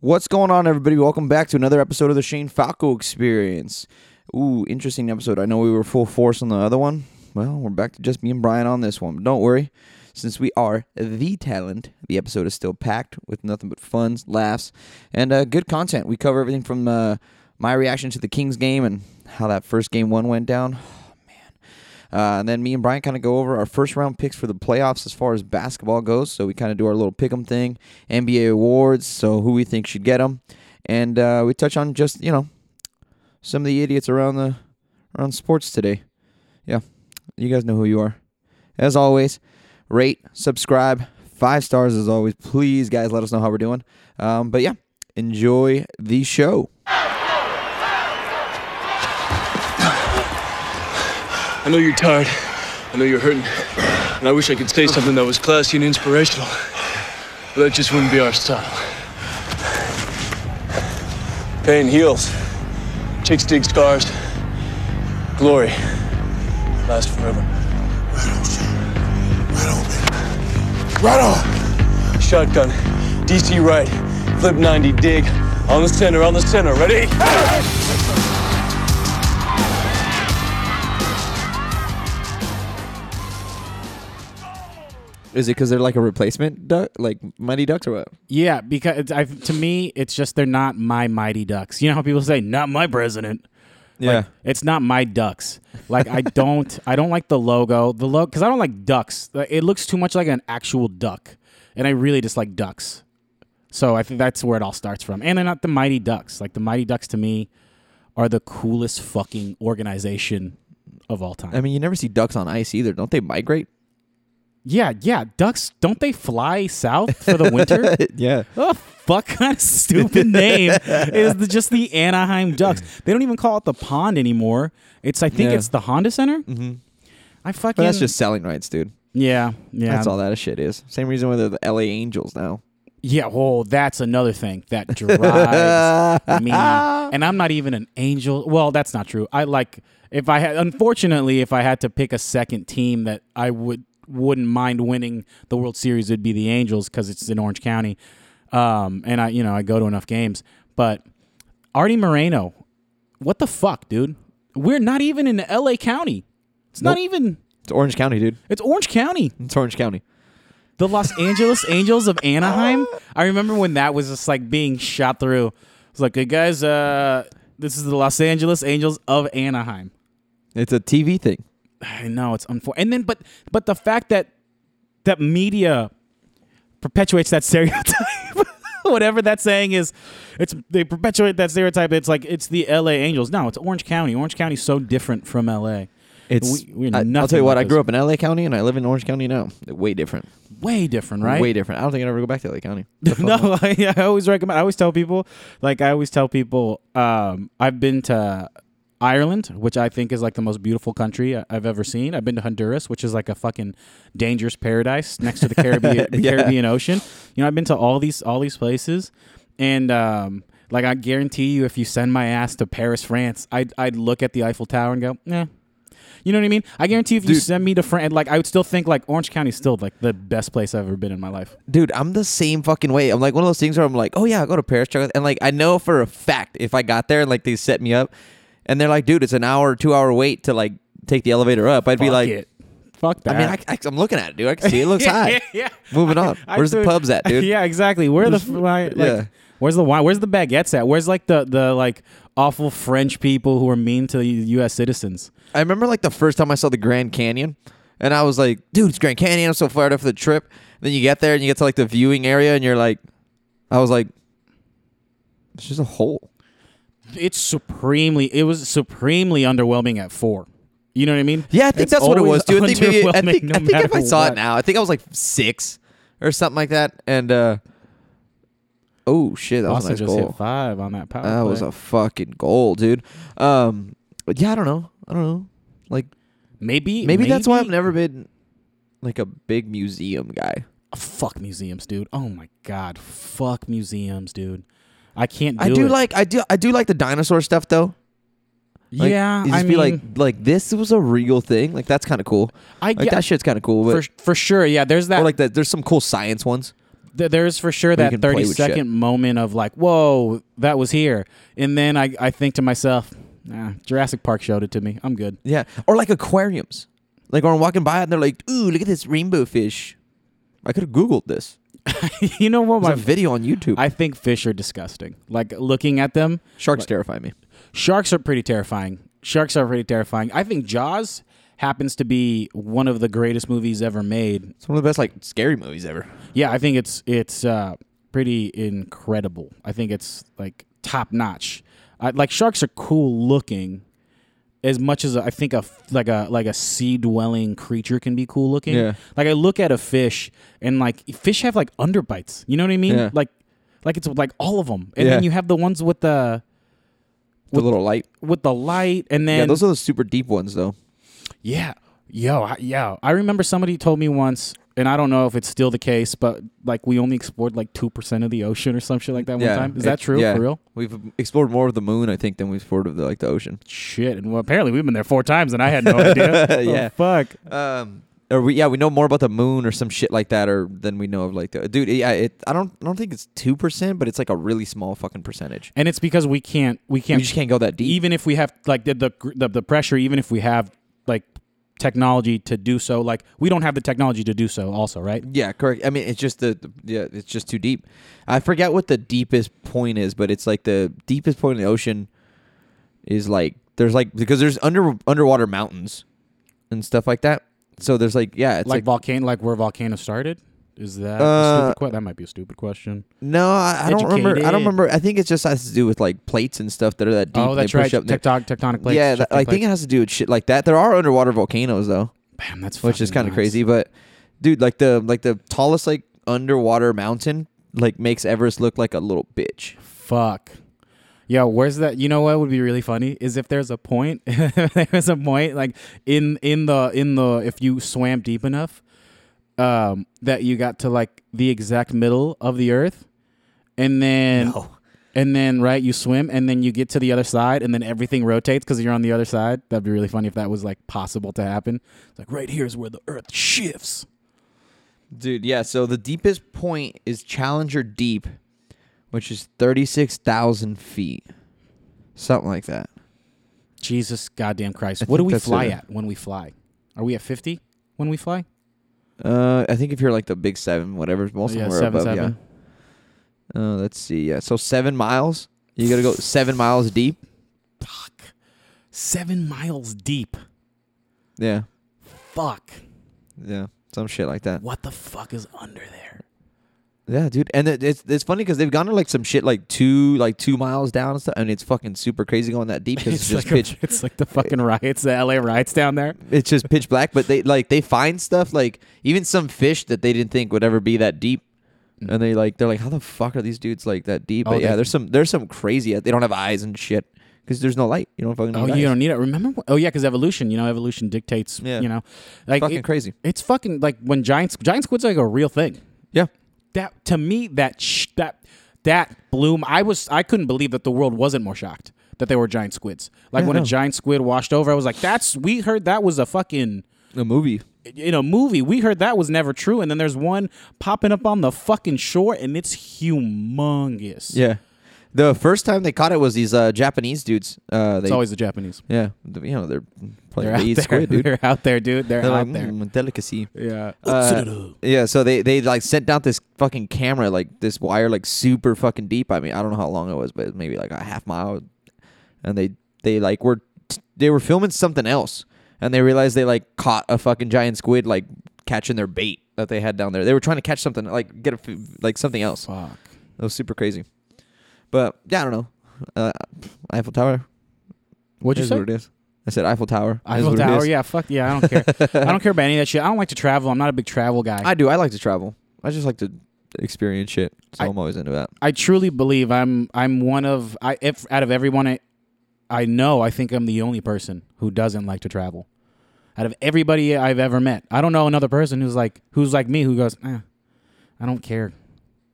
What's going on, everybody? Welcome back to another episode of the Shane Falco Experience. Ooh, interesting episode. I know we were full force on the other one. Well, we're back to just me and Brian on this one. But don't worry, since we are the talent, the episode is still packed with nothing but fun, laughs, and uh, good content. We cover everything from uh, my reaction to the Kings game and how that first game one went down. Uh, and then me and Brian kind of go over our first round picks for the playoffs as far as basketball goes. So we kind of do our little pick 'em thing, NBA awards, so who we think should get 'em, and uh, we touch on just you know some of the idiots around the around sports today. Yeah, you guys know who you are. As always, rate, subscribe, five stars as always. Please, guys, let us know how we're doing. Um, but yeah, enjoy the show. I know you're tired. I know you're hurting. And I wish I could say something that was classy and inspirational. But that just wouldn't be our style. Pain heals. Chicks dig scars. Glory lasts forever. Right on. Shotgun. DC right. Flip 90. Dig. On the center. On the center. Ready? Is it because they're like a replacement duck, like Mighty Ducks or what? Yeah, because it's, i to me, it's just they're not my mighty ducks. You know how people say, "Not my president." Yeah. It's not my ducks. Like I don't, I don't like the logo. The logo because I don't like ducks. Like, It looks too much like an actual duck, and I really dislike ducks. So I think that's where it all starts from. And they're not the mighty ducks. Like the mighty ducks to me are the coolest fucking organization of all time. I mean, you never see ducks on ice either. Don't they migrate? yeah, yeah. Ducks don't they fly south for the winter? Yeah. Oh, fuck kind of stupid name is the, just the Anaheim Ducks. They don't even call it the pond anymore. It's I think Yeah. it's the Honda Center. Mm-hmm. I fucking But that's just selling rights, dude. yeah yeah That's all that shit is. Same reason with the LA Angels now. yeah. Oh, that's another thing that drives me. And I'm not even an angel. Well, that's not true. I like if I had unfortunately if I had to pick a second team that I would wouldn't mind winning the World Series would be the Angels because it's in Orange County, um, and I you know I go to enough games, but. Artie Moreno. What the fuck, dude? We're not even in LA County. It's not Nope. even It's Orange County, dude. it's Orange County. It's Orange County. The Los Angeles Angels of Anaheim. I remember when that was just like being shot through. It's like, hey guys, uh, this is the Los Angeles Angels of Anaheim. It's a TV thing. I know it's unfortunate. And then, but but the fact that that media perpetuates that stereotype, whatever that saying is, it's they perpetuate that stereotype. It's like it's the L.A. Angels. No, it's Orange County. Orange County's so different from L.A. It's We- we're I, will tell nothing you what. like I grew this. up in LA County and I live in Orange County now. Way different. Way different, right? Way different. I don't think I'd ever go back to LA County. no, I, I always recommend. I always tell people, like I always tell people, um, I've been to Ireland, which I think is like the most beautiful country I- I've ever seen. I've been to Honduras, which is like a fucking dangerous paradise next to the Caribbean Yeah. Caribbean Ocean. You know, I've been to all these all these places, and um, like I guarantee you, if you send my ass to Paris, France, I'd I'd look at the Eiffel Tower and go, yeah. You know what I mean? I guarantee if you Dude. send me to France, like I would still think like Orange County's still like the best place I've ever been in my life. dude, I'm the same fucking way. I'm like one of those things where I'm like, oh yeah, I'll go to Paris, check out- and like I know for a fact if I got there and like they set me up, and they're like, dude, it's an hour, two hour wait to like take the elevator up. I'd be Fuck like, it. fuck that. I mean, I, I, am looking at it, dude. I can see it looks yeah, high. Yeah, yeah. Moving on. I Where's the threw- pubs at, dude? Yeah, exactly. Where the f- like, Yeah. Where's the wine? Where's the baguettes at? Where's like the the like awful French people who are mean to the U.S. citizens? I remember like the first time I saw the Grand Canyon, and I was like, dude, it's Grand Canyon. I'm so fired up for the trip. then you get there and you get to like the viewing area, and you're like, I was like, it's just a hole. It's supremely. It was supremely underwhelming at four. You know what I mean? Yeah, I think It's that's what it was, dude. I always think, maybe, I underwhelming think, no I think if I matter saw it what. now, I think I was like six or something like that. And uh oh shit, that was a Boston nice just goal. hit five on that power. That was play. a fucking goal, dude. Um, but yeah, I don't know. I don't know. Like maybe, maybe, that's why I've maybe- never been like a big museum guy. Oh, Fuck museums, dude. Oh my god, fuck museums, dude. I can't. Do I do it. like I do I do like the dinosaur stuff though. Like, yeah, you just I be mean, like like this was a real thing. Like that's kind of cool. I Like get that shit's kind of cool. But, for, for sure. Yeah, there's that. or like that, there's some cool science ones. th- there's for sure Where you that can play 30 with shit. second moment of like, whoa, that was here. And then I, I think to myself, nah, Jurassic Park showed it to me. I'm good. Yeah, or like aquariums. Like when I'm walking by and they're like, "Ooh, look at this rainbow fish." I could have googled this. you know what? There's Oh My, a video on YouTube. I think fish are disgusting. Like looking at them, Sharks terrify me. sharks are pretty terrifying. Sharks are pretty terrifying. I think Jaws happens to be one of the greatest movies ever made. It's one of the best like scary movies ever. Yeah, I think it's it's uh, pretty incredible. I think it's like top notch. I, like sharks are cool looking, as much as I think a f- like a like a sea dwelling creature can be cool looking. Yeah. Like I look at a fish and like fish have like underbites. You know what I mean? Yeah. Like like it's like all of them, and then Yeah. you have the ones with the The little light. with the light, and then Yeah, those are the super deep ones though. yeah. Yo, I, yo. I remember somebody told me once, and I don't know if it's still the case, but like we only explored like 2% of the ocean or some shit like that one yeah, time. Is it- that true? yeah. For real? We've explored more of the moon, I think, than we've explored of the, like the ocean. Shit. And well, apparently we've been there four times and I had no idea. Oh, Yeah. fuck. Um, or we yeah we know more about the moon or some shit like that, or than we know of like the dude. Yeah, it. I don't I don't think it's two percent, but it's like a really small fucking percentage. And it's because we can't, we You can't, just can't go that deep. even if we have like the, the, the, the pressure, even if we have like technology to do so, like we don't have the technology to do so also, right? Yeah, correct. I mean, it's just the, the- yeah, it's just too deep. I forget what the deepest point is, but it's like the deepest point in the ocean is like there's like because there's under underwater mountains and stuff like that. So there's like yeah, it's like, like, volcano, like where volcano started. Is that a Uh, stupid que- that might be a stupid question? no, I, I don't remember. I don't Educated. remember. I think it's just has to do with like plates and stuff that are that deep. oh, and that's they right. push Up there. Tectonic, tectonic plates. yeah, that, I think it has to do with shit like that. There are underwater volcanoes though, Bam, that's which is fucking kind of nuts. crazy. But dude, like the like the tallest like underwater mountain like makes Everest look like a little bitch. Fuck. Yo, where's that? You know what would be really funny is if there's a point, there's a point like in in the in the if you swam deep enough, um, that you got to like the exact middle of the earth, and then and then right you swim and then you get to the other side and then everything rotates because you're on the other side. That'd be really funny if that was like possible to happen. It's like right here is where the earth shifts. Dude, yeah. So the deepest point is Challenger Deep, which is 36,000 feet. Something like that. Jesus goddamn Christ! I what do think we that's fly it. at when we fly? Are we at fifty when we fly? Uh, I think if you're like the big seven, whatever, most of them are above. Yeah. Uh, let's see. Yeah. So seven miles. You got to go seven miles deep. Fuck. Seven miles deep. Yeah. Fuck. Yeah. Some shit like that. What the fuck is under there? Yeah, dude. And it, it's it's funny because they've gone to like some shit like two like two miles down and stuff, and it's fucking super crazy going that deep because it's, just like a- pitch. it's like the fucking riots, the LA riots down there. it's just pitch black but they like they find stuff like even some fish that they didn't think would ever be that deep and they like they're like how the fuck are these dudes like that deep Mm. Oh, but yeah they- there's some there's some crazy they don't have eyes and shit because there's no light you don't fucking Oh, have you eyes. don't need it. Remember? wh- Oh, yeah, because evolution. You know, evolution dictates. Yeah. You know, like fucking it- crazy It's fucking like when giant giant squid's like a real thing. yeah That to me, that sh- that that bloom. I was I couldn't believe that the world wasn't more shocked that they were giant squids. Like Yeah, when a no. giant squid washed over, I was like, "That's we heard that was a fucking." a movie in a movie. We heard that was never true, and then there's one popping up on the fucking shore, and it's humongous. yeah the first time they caught it was these uh, Japanese dudes uh they it's always the Japanese. yeah th- you know they're like, They're they out eat there. squid dude They're out there, dude. They're, they're out like there. "Mm, delicacy Yeah. Uh, yeah, so they they like sent out this fucking camera, like this wire, like super fucking deep. I mean, I don't know how long it was, but it was maybe like a half mile. And they they like were they were filming something else, and they realized they like caught a fucking giant squid like catching their bait that they had down there. They were trying to catch something like get a f- like something else. That Fuck. was super crazy. But yeah, I don't know. Uh, Eiffel Tower. What'd you is say? What it is. I said Eiffel Tower. is Eiffel what it Tower. is. oh, Yeah. Fuck yeah. I don't care. I don't care about any of that shit. I don't like to travel. I'm not a big travel guy. I do. I like to travel. I just like to experience shit. So I- I'm always into that. I truly believe I'm I'm one of I if out of everyone I I know I think I'm the only person who doesn't like to travel. Out of everybody I've ever met, I don't know another person who's like who's like me who goes, eh, I don't care.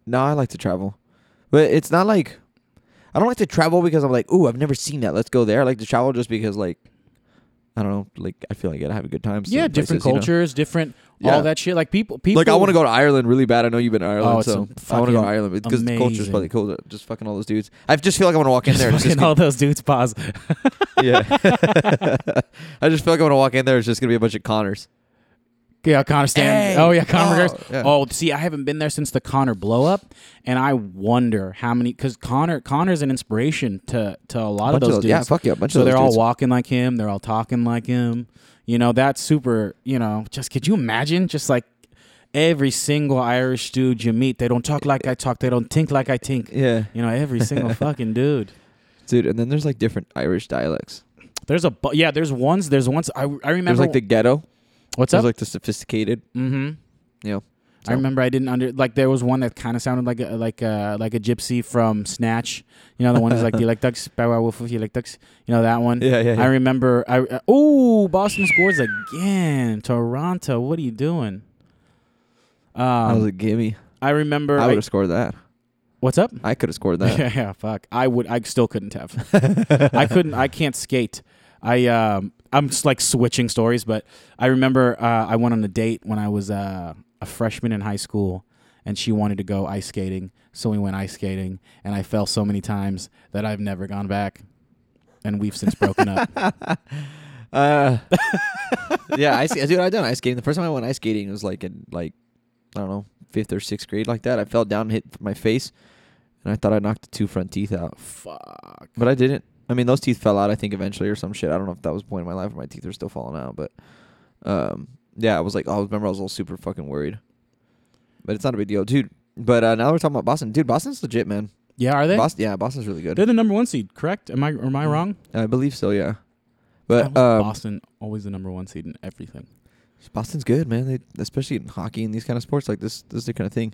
No, I like to travel, but it's not like I don't like to travel because I'm like, ooh, I've never seen that. Let's go there. I like to travel just because like I don't know. Like I feel like I gotta have a good time. yeah, some different places, you know? cultures, different Yeah. all that shit. Like people, people. Like I want to go to Ireland really bad. I know you've been to Ireland, Oh, it's so a I want to go to fucking Ireland because the culture's amazing. probably cool. Just fucking all those dudes. I just feel like I want to walk in there. and Fucking Just all those dudes pause. be- yeah. I just feel like I want to walk in there. It's just gonna be a bunch of Connors. Yeah, Connor Stan. Hey! oh yeah, Connor. Oh, Oh, yeah. oh, see, I haven't been there since the Connor blow up, and I wonder how many because Connor Connor's an inspiration to to a Bunch lot of of those those- dudes. yeah, fuck yeah, bunch of so those they're all dudes. walking like him. They're all talking like him. You know that's super. You know, just could you imagine just like. Every single Irish dude you meet, they don't talk like I talk. They don't think like I think. Yeah, You know, every single fucking dude. dude. And then there's like different Irish dialects. There's a bu- yeah. There's ones. There's ones. I, I There's remember. like the ghetto. what's There's up? like the sophisticated. mm-hmm. You know. I remember I didn't under like there was one that kind of sounded like a like a like a gypsy from Snatch. You know the one that's like the electux, electux. You know that one. Yeah, yeah, yeah. Mm. I remember. I uh, oh Boston scores again. Toronto, what are you doing? I was Um, a gimme. I remember. I I- would have scored that. what's up? I could have scored that. yeah, yeah, fuck. I would. I still couldn't have. I couldn't. I can't skate. I um. I'm just like switching stories, but I remember uh, I went on a date when I was uh, a freshman in high school, and she wanted to go ice skating, so we went ice skating, and I fell so many times that I've never gone back, and we've since broken up. Uh, yeah, I dude, I done ice skating. The first time I went ice skating was like in like I don't know fifth or sixth grade, like that. I fell down, and hit my face, and I thought I knocked the two front teeth out, Fuck. but I didn't. I mean, those teeth fell out, I think, eventually or some shit. I don't know if that was the point in my life where my teeth are still falling out, but um, yeah, I was like, oh, I remember I was all super fucking worried, but it's not a big deal, dude. But uh, now we're talking about Boston, dude. Boston's legit, man. Yeah, are they? Boston, yeah, Boston's really good. They're the number one seed, correct? Am I or am I wrong? I believe so, yeah. Why Mm. But was um, Oh, Boston always the number one seed in everything. Boston's good, man. They especially in hockey and these kind of sports like this. This is the kind of thing.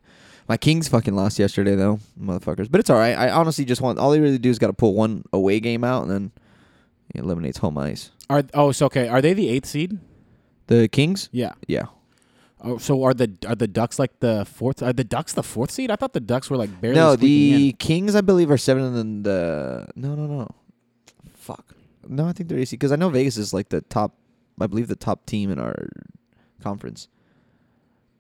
My Kings fucking lost yesterday though, motherfuckers. But it's all right. I honestly just want all they really do is got to pull one away game out and then it eliminates home ice. Are oh, so okay. Are they the eighth seed? The Kings, Yeah. yeah. Oh, so are the are the Ducks like the fourth? Are the Ducks the fourth seed? I thought the Ducks were like barely. no, squeaking the in. Kings I believe are seven and then the no no no, fuck no. I think they're AC because I know Vegas is like the top. I believe the top team in our conference.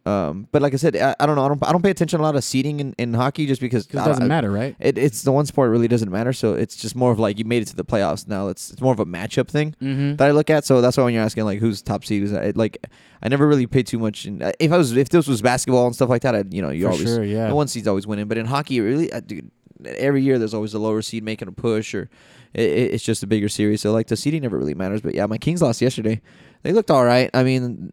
Um, but like I said, I, I don't know. I don't. I don't pay attention to a lot of seeding in, in hockey just because I 'Cause it don't- doesn't I- matter, right? it, it's the one sport that really doesn't matter. So it's just more of like you made it to the playoffs. Now it's it's more of a matchup thing Mm-hmm. that I look at. So that's why when you're asking like who's top seed, who's it, like I never really paid too much. In, if I was if this was basketball and stuff like that, I'd you know you For always sure, yeah. the one seed's always winning. But in hockey, it really, I, dude, every year there's always a lower seed making a push or it, it- it's just a bigger series. So like the seeding never really matters. But yeah, my Kings lost yesterday. They looked all right. I mean.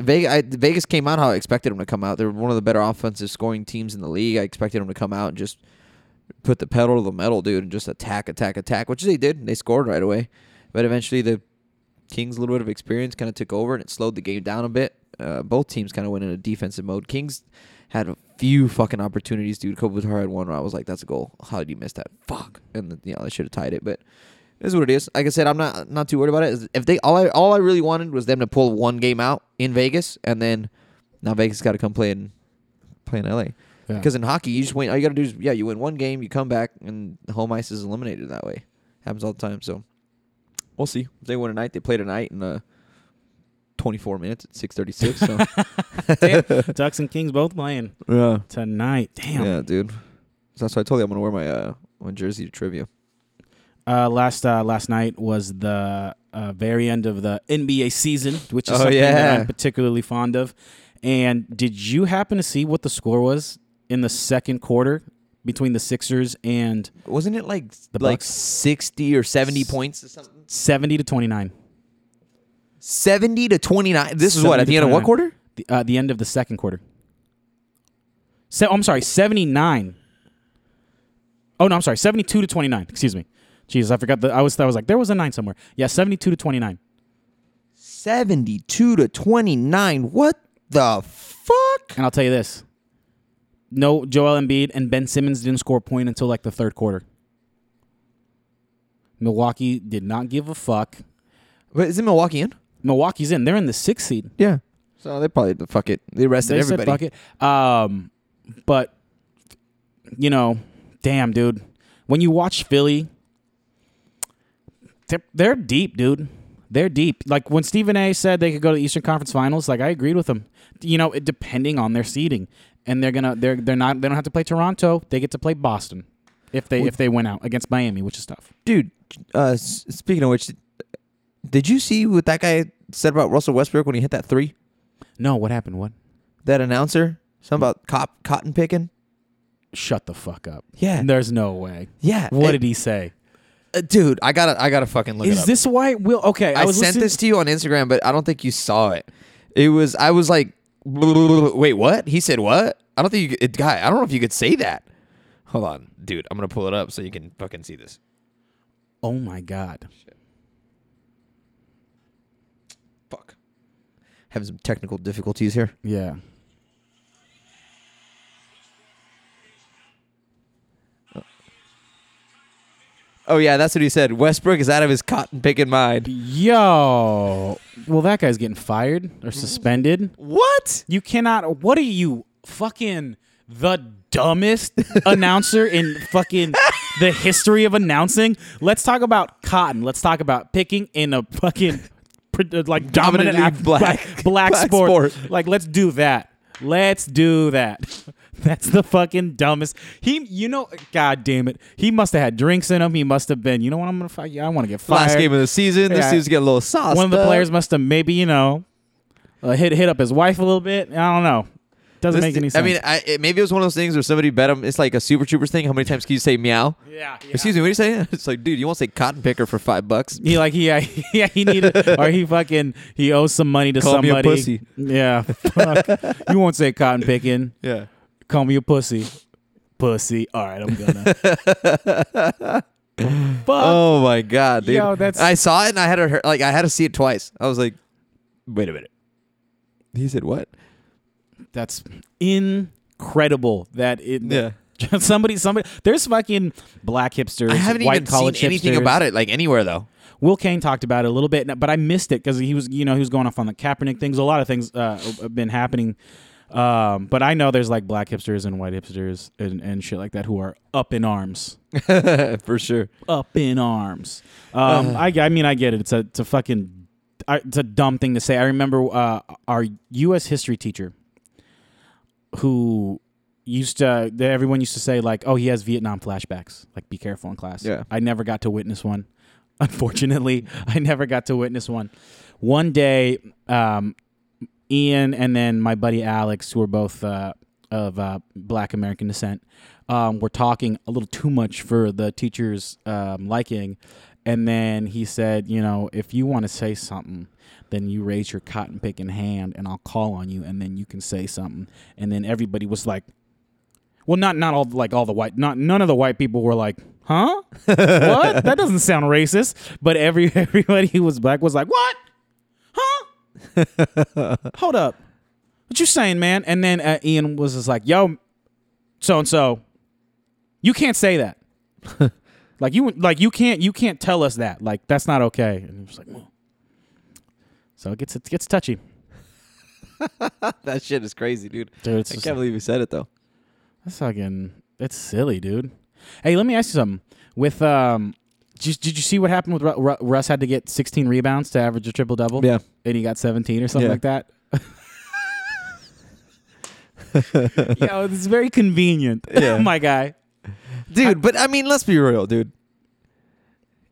Vegas, I, Vegas came out how I expected them to come out. They're one of the better offensive scoring teams in the league. I expected them to come out and just put the pedal to the metal, dude, and just attack, attack, attack, which they did. They scored right away. But eventually, the Kings' little bit of experience kind of took over and it slowed the game down a bit. Uh, both teams kind of went into defensive mode. Kings had a few fucking opportunities, dude. Kopitar had one where I was like, that's a goal. How did you miss that? Fuck. And, the, you know, they should have tied it, but. It is what it is. Like I said, I'm not not too worried about it. If they all I all I really wanted was them to pull one game out in Vegas, and then now Vegas got to come play in play in LA. Yeah. Because in hockey, you just win. All you got to do is, yeah, you win one game, you come back, and the home ice is eliminated that way. Happens all the time. So we'll see. If they win tonight, they play tonight in uh, 24 minutes at 6:36. So Ducks and Kings both playing yeah, tonight. Damn. yeah, dude. So that's why I told you I'm gonna wear my uh my jersey to trivia. Uh, last uh, last night was the uh, very end of the NBA season, which is Oh, something that yeah. I'm particularly fond of. And did you happen to see what the score was in the second quarter between the Sixers and Wasn't it like The like Bucks? 60 or 70 points or something? 70 to 29? 70 to 29. This is what 70 at the to end of what 29. quarter? the, uh, the end of the second quarter. Se- I'm sorry, 79. Oh no, I'm sorry, 72 to 29. Excuse me. Jesus, I forgot the I was I was like there was a 9 somewhere. Yeah, 72 to 29. 72 to 29. What the fuck? And I'll tell you this. No Joel Embiid and Ben Simmons didn't score a point until like the third quarter. Milwaukee did not give a fuck. But is it Milwaukee in? Milwaukee's in. They're in the 6th seed. Yeah. So they probably fuck it. They arrested They everybody. said fuck it. Um, but you know, damn, dude, when you watch Philly, they're, they're deep, dude. They're deep. Like when Stephen A. said they could go to the Eastern Conference Finals, like I agreed with him. You know, it, depending on their seeding, and they're gonna they're they're not they don't have to play Toronto. They get to play Boston if they if they win out against Miami, which is tough. dude. Uh, s- speaking of which, did you see what that guy said about Russell Westbrook when he hit that three? No, what happened? What? That announcer, something about cop cotton picking. Shut the fuck up. Yeah. There's no way. Yeah, What it- did he say? Uh, dude, I gotta, I gotta fucking look. it Is up. this why Will? Okay, I, I, was sent listening- this to you on Instagram, but I don't think you saw it. It was I was like, wait, what? He said what? I don't think you, it, guy. I don't know if you could say that. Hold on, dude. I'm gonna pull it up so you can fucking see this. Oh my god. Fuck, having some technical difficulties here. Yeah. Oh yeah, that's what he said. Westbrook is out of his cotton picking mind. Yo. Well, that guy's getting fired or suspended. What? You cannot. What are you fucking the dumbest announcer in fucking the history of announcing? Let's talk about cotton. Let's talk about picking in a fucking pr- uh, like dominant Dominantly af- black- black, black black sport. sport. Like let's do that. Let's do that. That's the fucking dumbest. He, you know, god damn it. He must have had drinks in him. He must have been. You know what? I'm gonna fight. Yeah, I want to get fired. Last game of the season, this Yeah. dude's getting a little sauce. One of the players must have maybe you know uh, hit hit up his wife a little bit. I don't know. Doesn't make any sense. I mean, I, it, maybe it was one of those things where somebody bet him. It's like a Super Troopers thing. How many times can you say meow? yeah, yeah. Excuse me, what are you saying? It's like, dude, you won't say cotton picker for five bucks. He like he yeah, yeah he needed or he fucking he owes some money to Call me a somebody. pussy. Yeah, fuck. you won't say cotton picking. Yeah. Call me a pussy, pussy. All right, I'm gonna. Fuck. Oh my god, dude! Yo, that's- I saw it and I had to hear- like I had to see it twice. I was like, wait a minute. He said what? That's incredible. That it. Yeah. Somebody, somebody. There's fucking black hipsters. I haven't white even seen college anything hipsters. about it like anywhere though. Will Kane talked about it a little bit, but I missed it because he was, you know, he was going off on the Kaepernick things. A lot of things uh, have been happening, um, but I know there's like black hipsters and white hipsters and, and shit like that who are up in arms, For sure. up in arms. Um, I, I mean, I get it. It's a, it's a fucking, I- it's a dumb thing to say. I remember uh, our U.S. history teacher who used to that everyone used to say like oh he has vietnam flashbacks like be careful in class Yeah. i never got to witness one unfortunately i never got to witness one one day um, ian and then my buddy alex who are both uh, of uh, black american descent um, were talking a little too much for the teacher's um, liking and then he said you know if you want to say something then you raise your cotton pick in hand and I'll call on you and then you can say something. And then everybody was like, well, not not all like all the white, not none of the white people were like, huh, what? That doesn't sound racist. But every everybody who was black was like, what, huh? Hold up, what you saying, man? And then uh, Ian was just like, yo, so and so, you can't say that. like you like you can't you can't tell us that. Like that's not okay. And he was like, well. so it gets it gets touchy. That shit is crazy, dude. Dude, it's I just- can't believe he said it though. That's fucking. That's silly, dude. Hey, let me ask you something. With um, did, did you see what happened with Ru- Ru- Russ had to get 16 rebounds to average a triple double? Yeah. and he got 17 or something Yeah. like that. yeah, it's very convenient, Yeah. my guy. Dude, but I mean, let's be real, dude.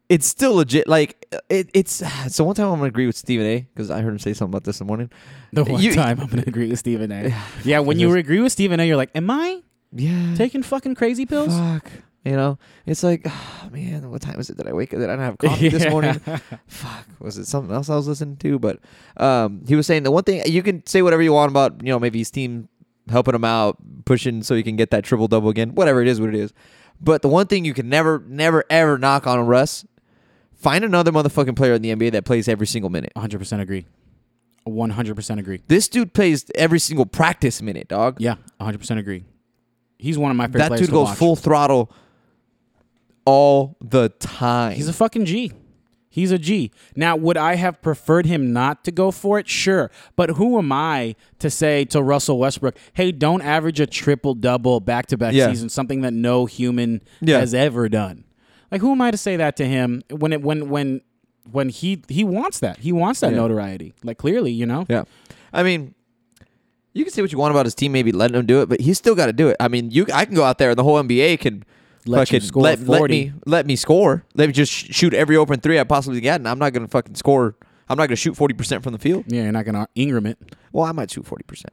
It's still legit. Like it, it's so one time I'm gonna agree with Stephen A. because I heard him say something about this in the morning. The one You- time I'm gonna agree with Stephen A. Yeah, when you agree with Stephen A, you're like, "Am I Yeah. taking fucking crazy pills?" Fuck. You know, it's like, oh, man, what time is it? Did I wake up? Did I not have coffee this morning? Fuck. Was it something else I was listening to? But um, he was saying the one thing you can say whatever you want about, you know, maybe his team helping him out, pushing so he can get that triple double again. Whatever it is, what it is. But the one thing you can never, never, ever knock on Russ, find another motherfucking player in the NBA that plays every single minute. 100 percent agree. 100 percent agree. This dude plays every single practice minute, dog. Yeah, 100 percent agree. He's one of my favorite that players dude to goes watch. full throttle all the time. He's a fucking G. He's a G. Now, would I have preferred him not to go for it? Sure. But who am I to say to Russell Westbrook, hey, don't average a triple double back to back Yeah. season, something that no human Yeah. has ever done? Like, who am I to say that to him when it when when when he he wants that. He wants that Yeah. notoriety. Like clearly, you know. Yeah. I mean, you can say what you want about his team, maybe letting him do it, but he's still got to do it. I mean, you I can go out there and the whole NBA can Let you fucking score let, let 40. me let me score. Let me just sh- shoot every open three I possibly get, and I'm not gonna fucking score. I'm not gonna shoot forty percent from the field. Yeah, you're not gonna Ingram it. Well, I might shoot forty percent.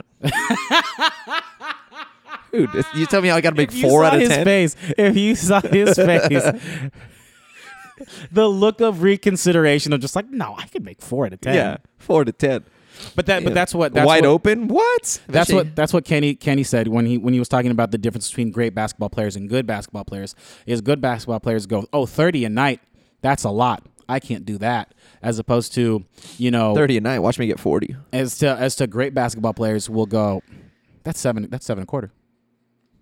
Dude, if you tell me I got to make If you four saw out of his ten. Face, if you saw his face, the look of reconsideration of just like, no, I could make four out of ten. Yeah, four to ten. but that, but that's what that's wide what, open. What? That's Shit. what that's what Kenny Kenny said when he when he was talking about the difference between great basketball players and good basketball players is good basketball players go oh 30 a night that's a lot I can't do that as opposed to you know Thirty a night. Watch me get forty. as to as to great basketball players will go that's seven that's seven and a quarter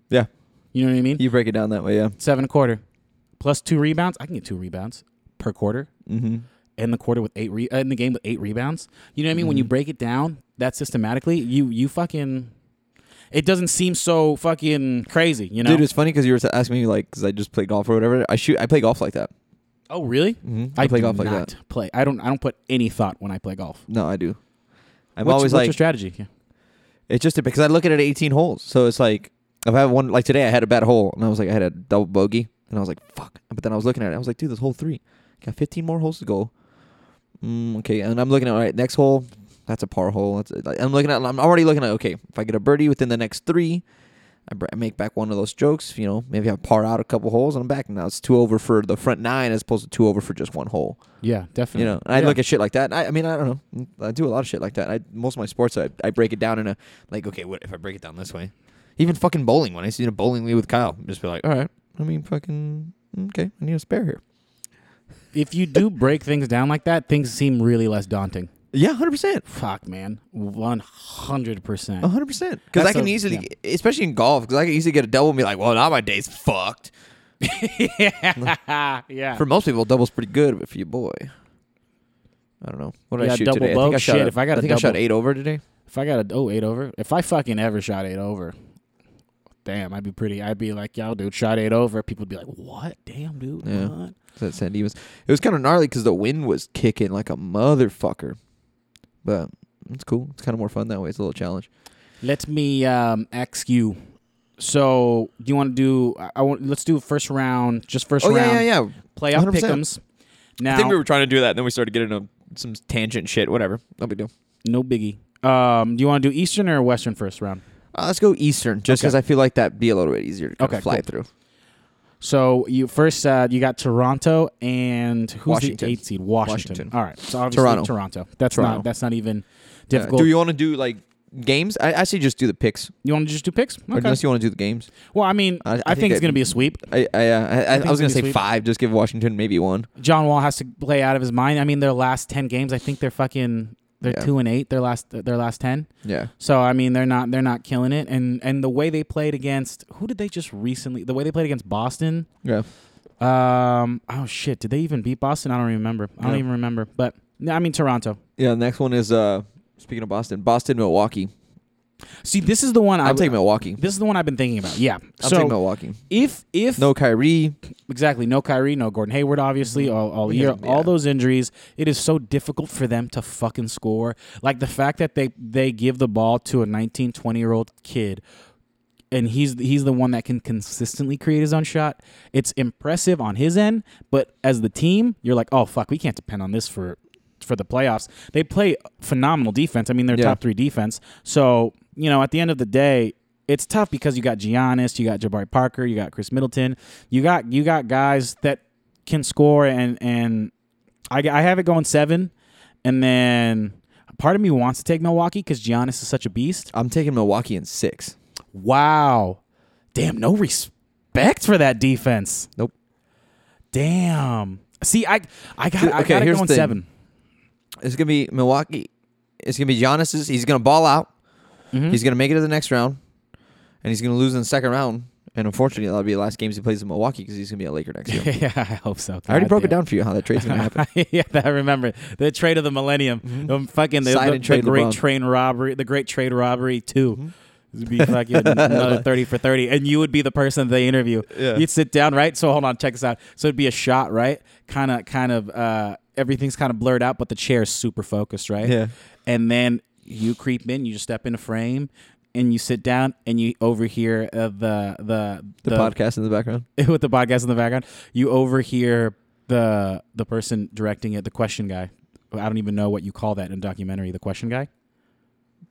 Yeah, you know what I mean you break it down that way. Yeah. seven and a quarter plus two rebounds I can get two rebounds per quarter Mm-hmm. in the quarter with eight re- uh, in the game with eight rebounds. You know what I mean? When you Mm-hmm. break it down that systematically, you you fucking it doesn't seem so fucking crazy, you know? Dude, it's funny because you were asking me like, because I just play golf or whatever. I shoot. I play golf like that. oh, really? Mhm. I play do golf like not Play. I don't. I don't put any thought when I play golf. No, I do. I'm what's, always what's your like, strategy? Yeah. it's just because I look at it at 18 holes. So it's like, if I have one, like today, I had a bad hole and I was like, I had a double bogey and I was like, fuck. But then I was looking at it. I was like, dude, this hole three. Got 15 more holes to go. Mm, okay. And I'm looking at, all right, next hole, that's a par hole. That's like, I'm looking at, I'm already looking at, okay, if I get a birdie within the next three, I br- I make back one of those jokes, you know, maybe I par out a couple holes and I'm back. Now it's two over for the front nine as opposed to two over for just one hole. Yeah, definitely. You know, and I look at shit like that. and I, I mean, I don't know. I do a lot of shit like that. I most of my sports, I, I break it down in a like, okay, what if I break it down this way? Even fucking bowling. When I see a bowling league with Kyle, I'm just be like, all right, I mean, fucking okay, I need a spare here. if you do break things down like that, things seem really less daunting. Yeah, hundred percent, Fuck, man, one hundred percent. hundred percent. Because I That's can a- easily, e, especially in golf, because I can easily get a double and be like, well, now my day's fucked. Yeah. For most people, double's pretty good, but for you, boy, I don't know. What did Yeah, I shoot double today? I think I bug shot. shit, a- if I got a think I shot double- eight over today. If I got a oh eight over, if I fucking ever shot eight over, damn, I'd be pretty. I'd be like, yo, dude, shot eight over. People would be like, what? Damn, dude. Yeah. what?" Was that San Dimas? It was kind of gnarly because the wind was kicking like a motherfucker. But it's cool. It's kind of more fun that way. It's a little challenge. Let me um, ask you. So, do you want to do? I- I want. Let's do first round. Just first Oh, yeah, round. yeah, yeah. Playoff 100%. pickems. Now, trying to do that, and then we started getting some tangent shit. Whatever. No big deal. no biggie. Um, do you want to do Eastern or Western first round? Uh, let's go Eastern, just Okay. because I feel like that'd be a little bit easier to kinda Okay, fly cool. through. So you first uh, you got Toronto and who's Washington. the eight seed? Washington. Washington. All right. So obviously Toronto. Toronto. That's Toronto. not. That's not even Yeah. difficult. Do you want to do like games? I, I say just do the picks, You want to just do picks? or unless you want to do the games. Well, I mean, I- I I, think think, it's that- going to be a sweep. I I, uh, I, I, think I was it's gonna gonna say sweep. five. Just give Washington maybe one. John Wall has to play out of his mind. I mean, their last ten games, I think they're fucking they're Yeah. two and eight. Their last their last ten. Yeah. So I mean, they're not they're not killing it. And and the way they played against who did they just recently? The way they played against Boston. Yeah. Um. Oh shit! Did they even beat Boston? I don't remember. I don't Yeah. even remember. But no, I mean Toronto. Yeah. The next one is uh speaking of Boston, Boston Milwaukee. See, this is the one I I'm taking w- Milwaukee. This is the one I've been thinking about. Yeah. I'm taking so Milwaukee. if if No Kyrie. Exactly. No Kyrie, no Gordon Hayward, obviously, all, all year, Because- yeah. all those injuries. It is so difficult for them to fucking score. Like the fact that they, they give the ball to a 19, 20 year old kid and he's he's the one that can consistently create his own shot. It's impressive on his end, but as the team, you're like, oh fuck, we can't depend on this for for the playoffs. They play phenomenal defense. I mean, they're Yeah. top three defense. So you know, at the end of the day, it's tough because you got Giannis, you got Jabari Parker, you got Chris Middleton, you got you got guys that can score and and I, I have it going seven, and then. Part of me wants to take Milwaukee because Giannis is such a beast. I'm taking Milwaukee in six. Wow. Damn, no respect for that defense. Nope. Damn. See, I I got Dude, I okay, got it here's going the thing. seven. It's gonna be Milwaukee. It's gonna be Giannis's. He's gonna ball out. Hmm. Mm-hmm. He's gonna make it to the next round, and he's gonna lose in the second round. And unfortunately, that'll be the last games he plays in Milwaukee because he's gonna be a Laker next year. yeah, I hope so. I already God broke it damn. down for you how that trade's gonna happen. yeah, I remember the trade of the millennium. Um, fucking the, Sign the- and the trade great LeBron. Mm-hmm. train robbery, the great trade robbery too. It'd be fucking another thirty for thirty, and you would be the person that they interview. Yeah. You'd sit down, right? So hold on, check this out. So it'd be a shot, right? Kind of, kind of. uh everything's kind of blurred out, but the chair is super focused, right? Yeah. And then you creep in, you just step into frame, and you sit down, and you overhear uh, the, the The podcast in the background. with the podcast in the background. You overhear the the person directing it, the question guy. I don't even know what you call that in a documentary. The question guy.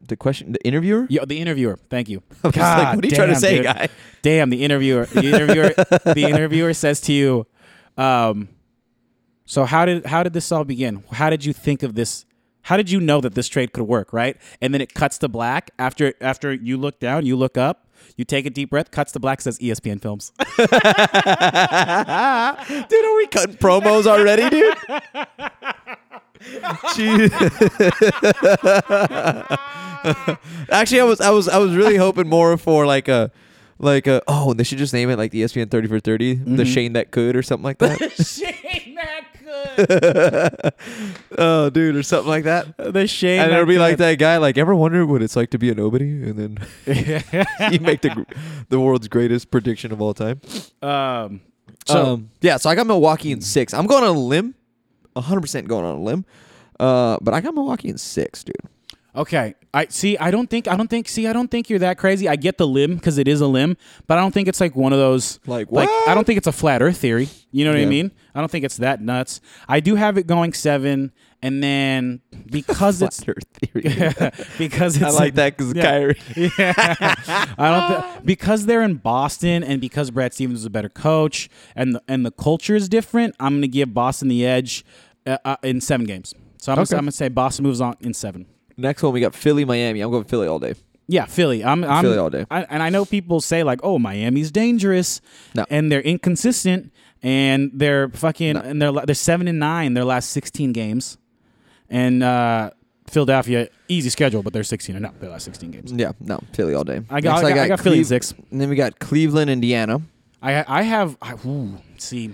The question, the interviewer. Yeah, the interviewer. Thank you. was like, what are you trying to say, dude. guy? Damn, the interviewer. The interviewer. the interviewer says to you, um, "So how did how did this all begin? How did you think of this? How did you know that this trade could work? Right? And then it cuts to black after after you look down, you look up." You take a deep breath, cuts to black, says E ESPN Films. Dude, are we cutting promos already, dude? Gee. Actually, I was, I was, I was really hoping more for like a, like a. Oh, they should just name it like the ESPN Thirty for 30 the Shane that could, or something like that. Shane Mack oh, dude, or something like that. Uh, The Shane And it'll Mack be like Good. that guy. Like, ever wonder what it's like to be a nobody, and then you make the gr- the world's greatest prediction of all time. Um, hmm. so um, yeah, so I got Milwaukee in six. I'm going on a limb, 100 percent going on a limb, uh, but I got Milwaukee in six, dude. okay, I see. I don't think I don't think see. I don't think you're that crazy. I get the limb because it is a limb, but I don't think it's like one of those Like, I don't what? think it's a flat Earth theory. You know what Yeah. I mean? I don't think it's that nuts. I do have it going seven, and then because it's Flat Earth theory. because it's I like that because yeah. Kyrie. I don't th- because they're in Boston and because Brad Stevens is a better coach and the, and the culture is different. I'm going to give Boston the edge uh, uh, in seven games. So I'm Okay. going to say Boston moves on in seven. Next one, we got Philly, Miami. I'm going Philly all day. Yeah, Philly. I'm, I'm Philly all day. I, and I know people say like, "Oh, Miami's dangerous," No. and they're inconsistent, and they're fucking, and they're la- they're seven and nine their last sixteen games, and uh, Philadelphia easy schedule, but they're sixteen and up their last sixteen games. Yeah, no, Philly all day. I got- I got- I got Philly in six. And then we got Cleveland, Indiana. I I have I, ooh, see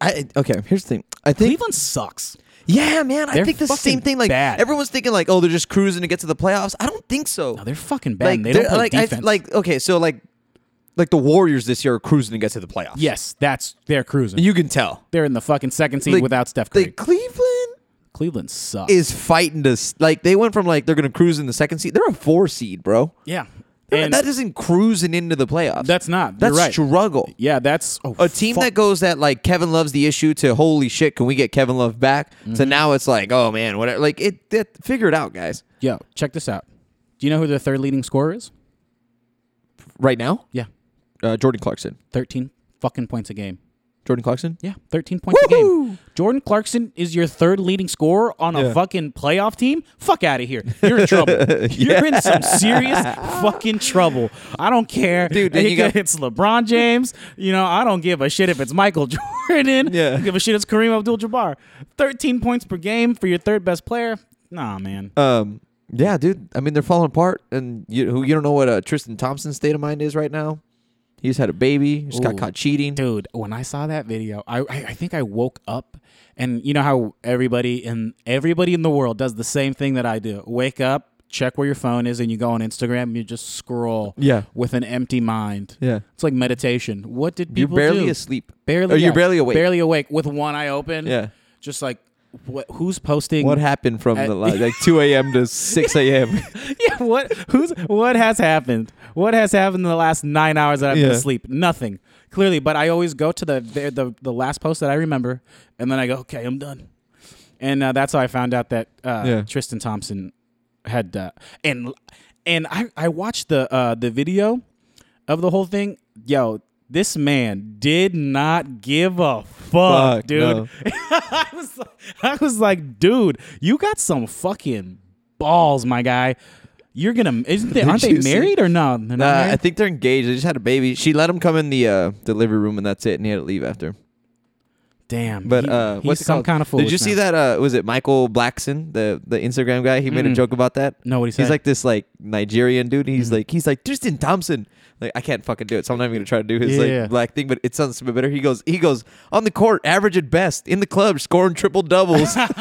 I okay. Here's the thing. I think Cleveland sucks. Yeah, man. I They're think the same fucking thing. Like bad. everyone's thinking, like, oh, they're just cruising to get to the playoffs. I don't think so. No, they're fucking bad. like, and they don't they're- play like, I- defense. like, okay, so like, like the Warriors this year are cruising to get to the playoffs. yes, that's they're cruising. you can tell. they're in the fucking second seed Like, without Steph Curry. Like Cleveland Cleveland sucks. is fighting to s- like they went from like they're gonna cruise in the second seed. They're a four seed, bro. yeah, They're- and that isn't cruising into the playoffs. that's not. that's That's right. struggle. Yeah, that's oh, A team fuck. that goes that like Kevin loves the issue to holy shit, can we get Kevin Love back? Mm-hmm. To now it's like, oh man, whatever. Like it, that, figure it out, guys. Yo, check this out. Do you know who their third leading scorer is? Right now, Yeah, uh, Jordan Clarkson. thirteen fucking points a game. Jordan Clarkson. Yeah, thirteen points a Woohoo! game. Jordan Clarkson is your third leading scorer on Yeah. a fucking playoff team. Fuck out of here. You're in trouble. You're in some serious fucking trouble. I don't care, Dude, then It- you got- it's LeBron James. You know, I don't give a shit if it's Michael Jordan. Yeah. I don't give a shit. It's Kareem Abdul-Jabbar. Thirteen points per game for your third best player. Nah, man. Um, yeah, dude. I mean, they're falling apart, and you who- you don't know what uh, Tristan Thompson's state of mind is right now. He just had a baby. Just got Ooh. caught cheating. dude when i saw that video I, I i think i woke up and you know how everybody in everybody in the world does the same thing that i do wake up check where your phone is and you go on instagram and you just scroll Yeah. with an empty mind Yeah. it's like meditation what did You're people barely do? asleep. barely Or you're yeah, barely awake. barely awake with one eye open Yeah. just like what who's posting What happened from At- the like, like 2 a.m. to 6 a.m. yeah, what who's what has happened? What has happened in the last nine hours that I've been Yeah. asleep? Nothing. Clearly, but I always go to the, the the the last post that I remember, and then I go, okay, I'm done. And uh, that's how I found out that uh, Yeah. Tristan Thompson had uh, and and I I watched the uh, the video of the whole thing. Yo, this man did not give a fuck, Fuck, dude. no. I was like, I was like, dude, you got some fucking balls, my guy. You're gonna isn't they, aren't they you see- married or no? They're not Nah, I married? think they're engaged. They just had a baby. She let him come in the uh, delivery room, and that's it. And he had to leave after. Damn. But he- uh, he's what's it some called? kind of fool. Did you see that? Uh, was it Michael Blackson, the the Instagram guy? He made a joke about that. No, what'd he He's say? Mm-hmm. like this like Nigerian dude. and He's like he's like Tristan Thompson. Like I can't fucking do it, so I'm not even gonna try to do his Yeah. like black thing. But it sounds a bit better. He goes, he goes on the court, average at best, in the club, scoring triple doubles. he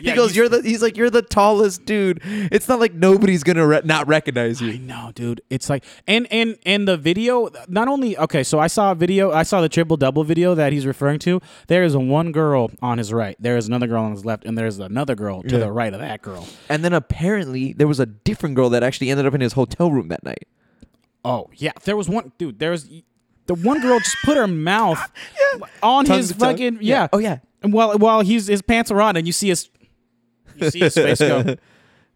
Yeah, goes, he's- you're the. He's like, you're the tallest dude. It's not like nobody's gonna re- not recognize I you. know, dude. It's like and and and the video not only okay, so I saw a video, I saw the triple double video that he's referring to. There is one girl on his right, there is another girl on his left, and there's another girl to the right of that girl. And then apparently there was a different girl that actually ended up in his hotel room that night. Oh, yeah. There was one dude, there was the one girl just put her mouth on Tongue his to tongue? fucking Yeah. yeah. Oh, yeah. And while while he's his pants are on and you see his you see his face go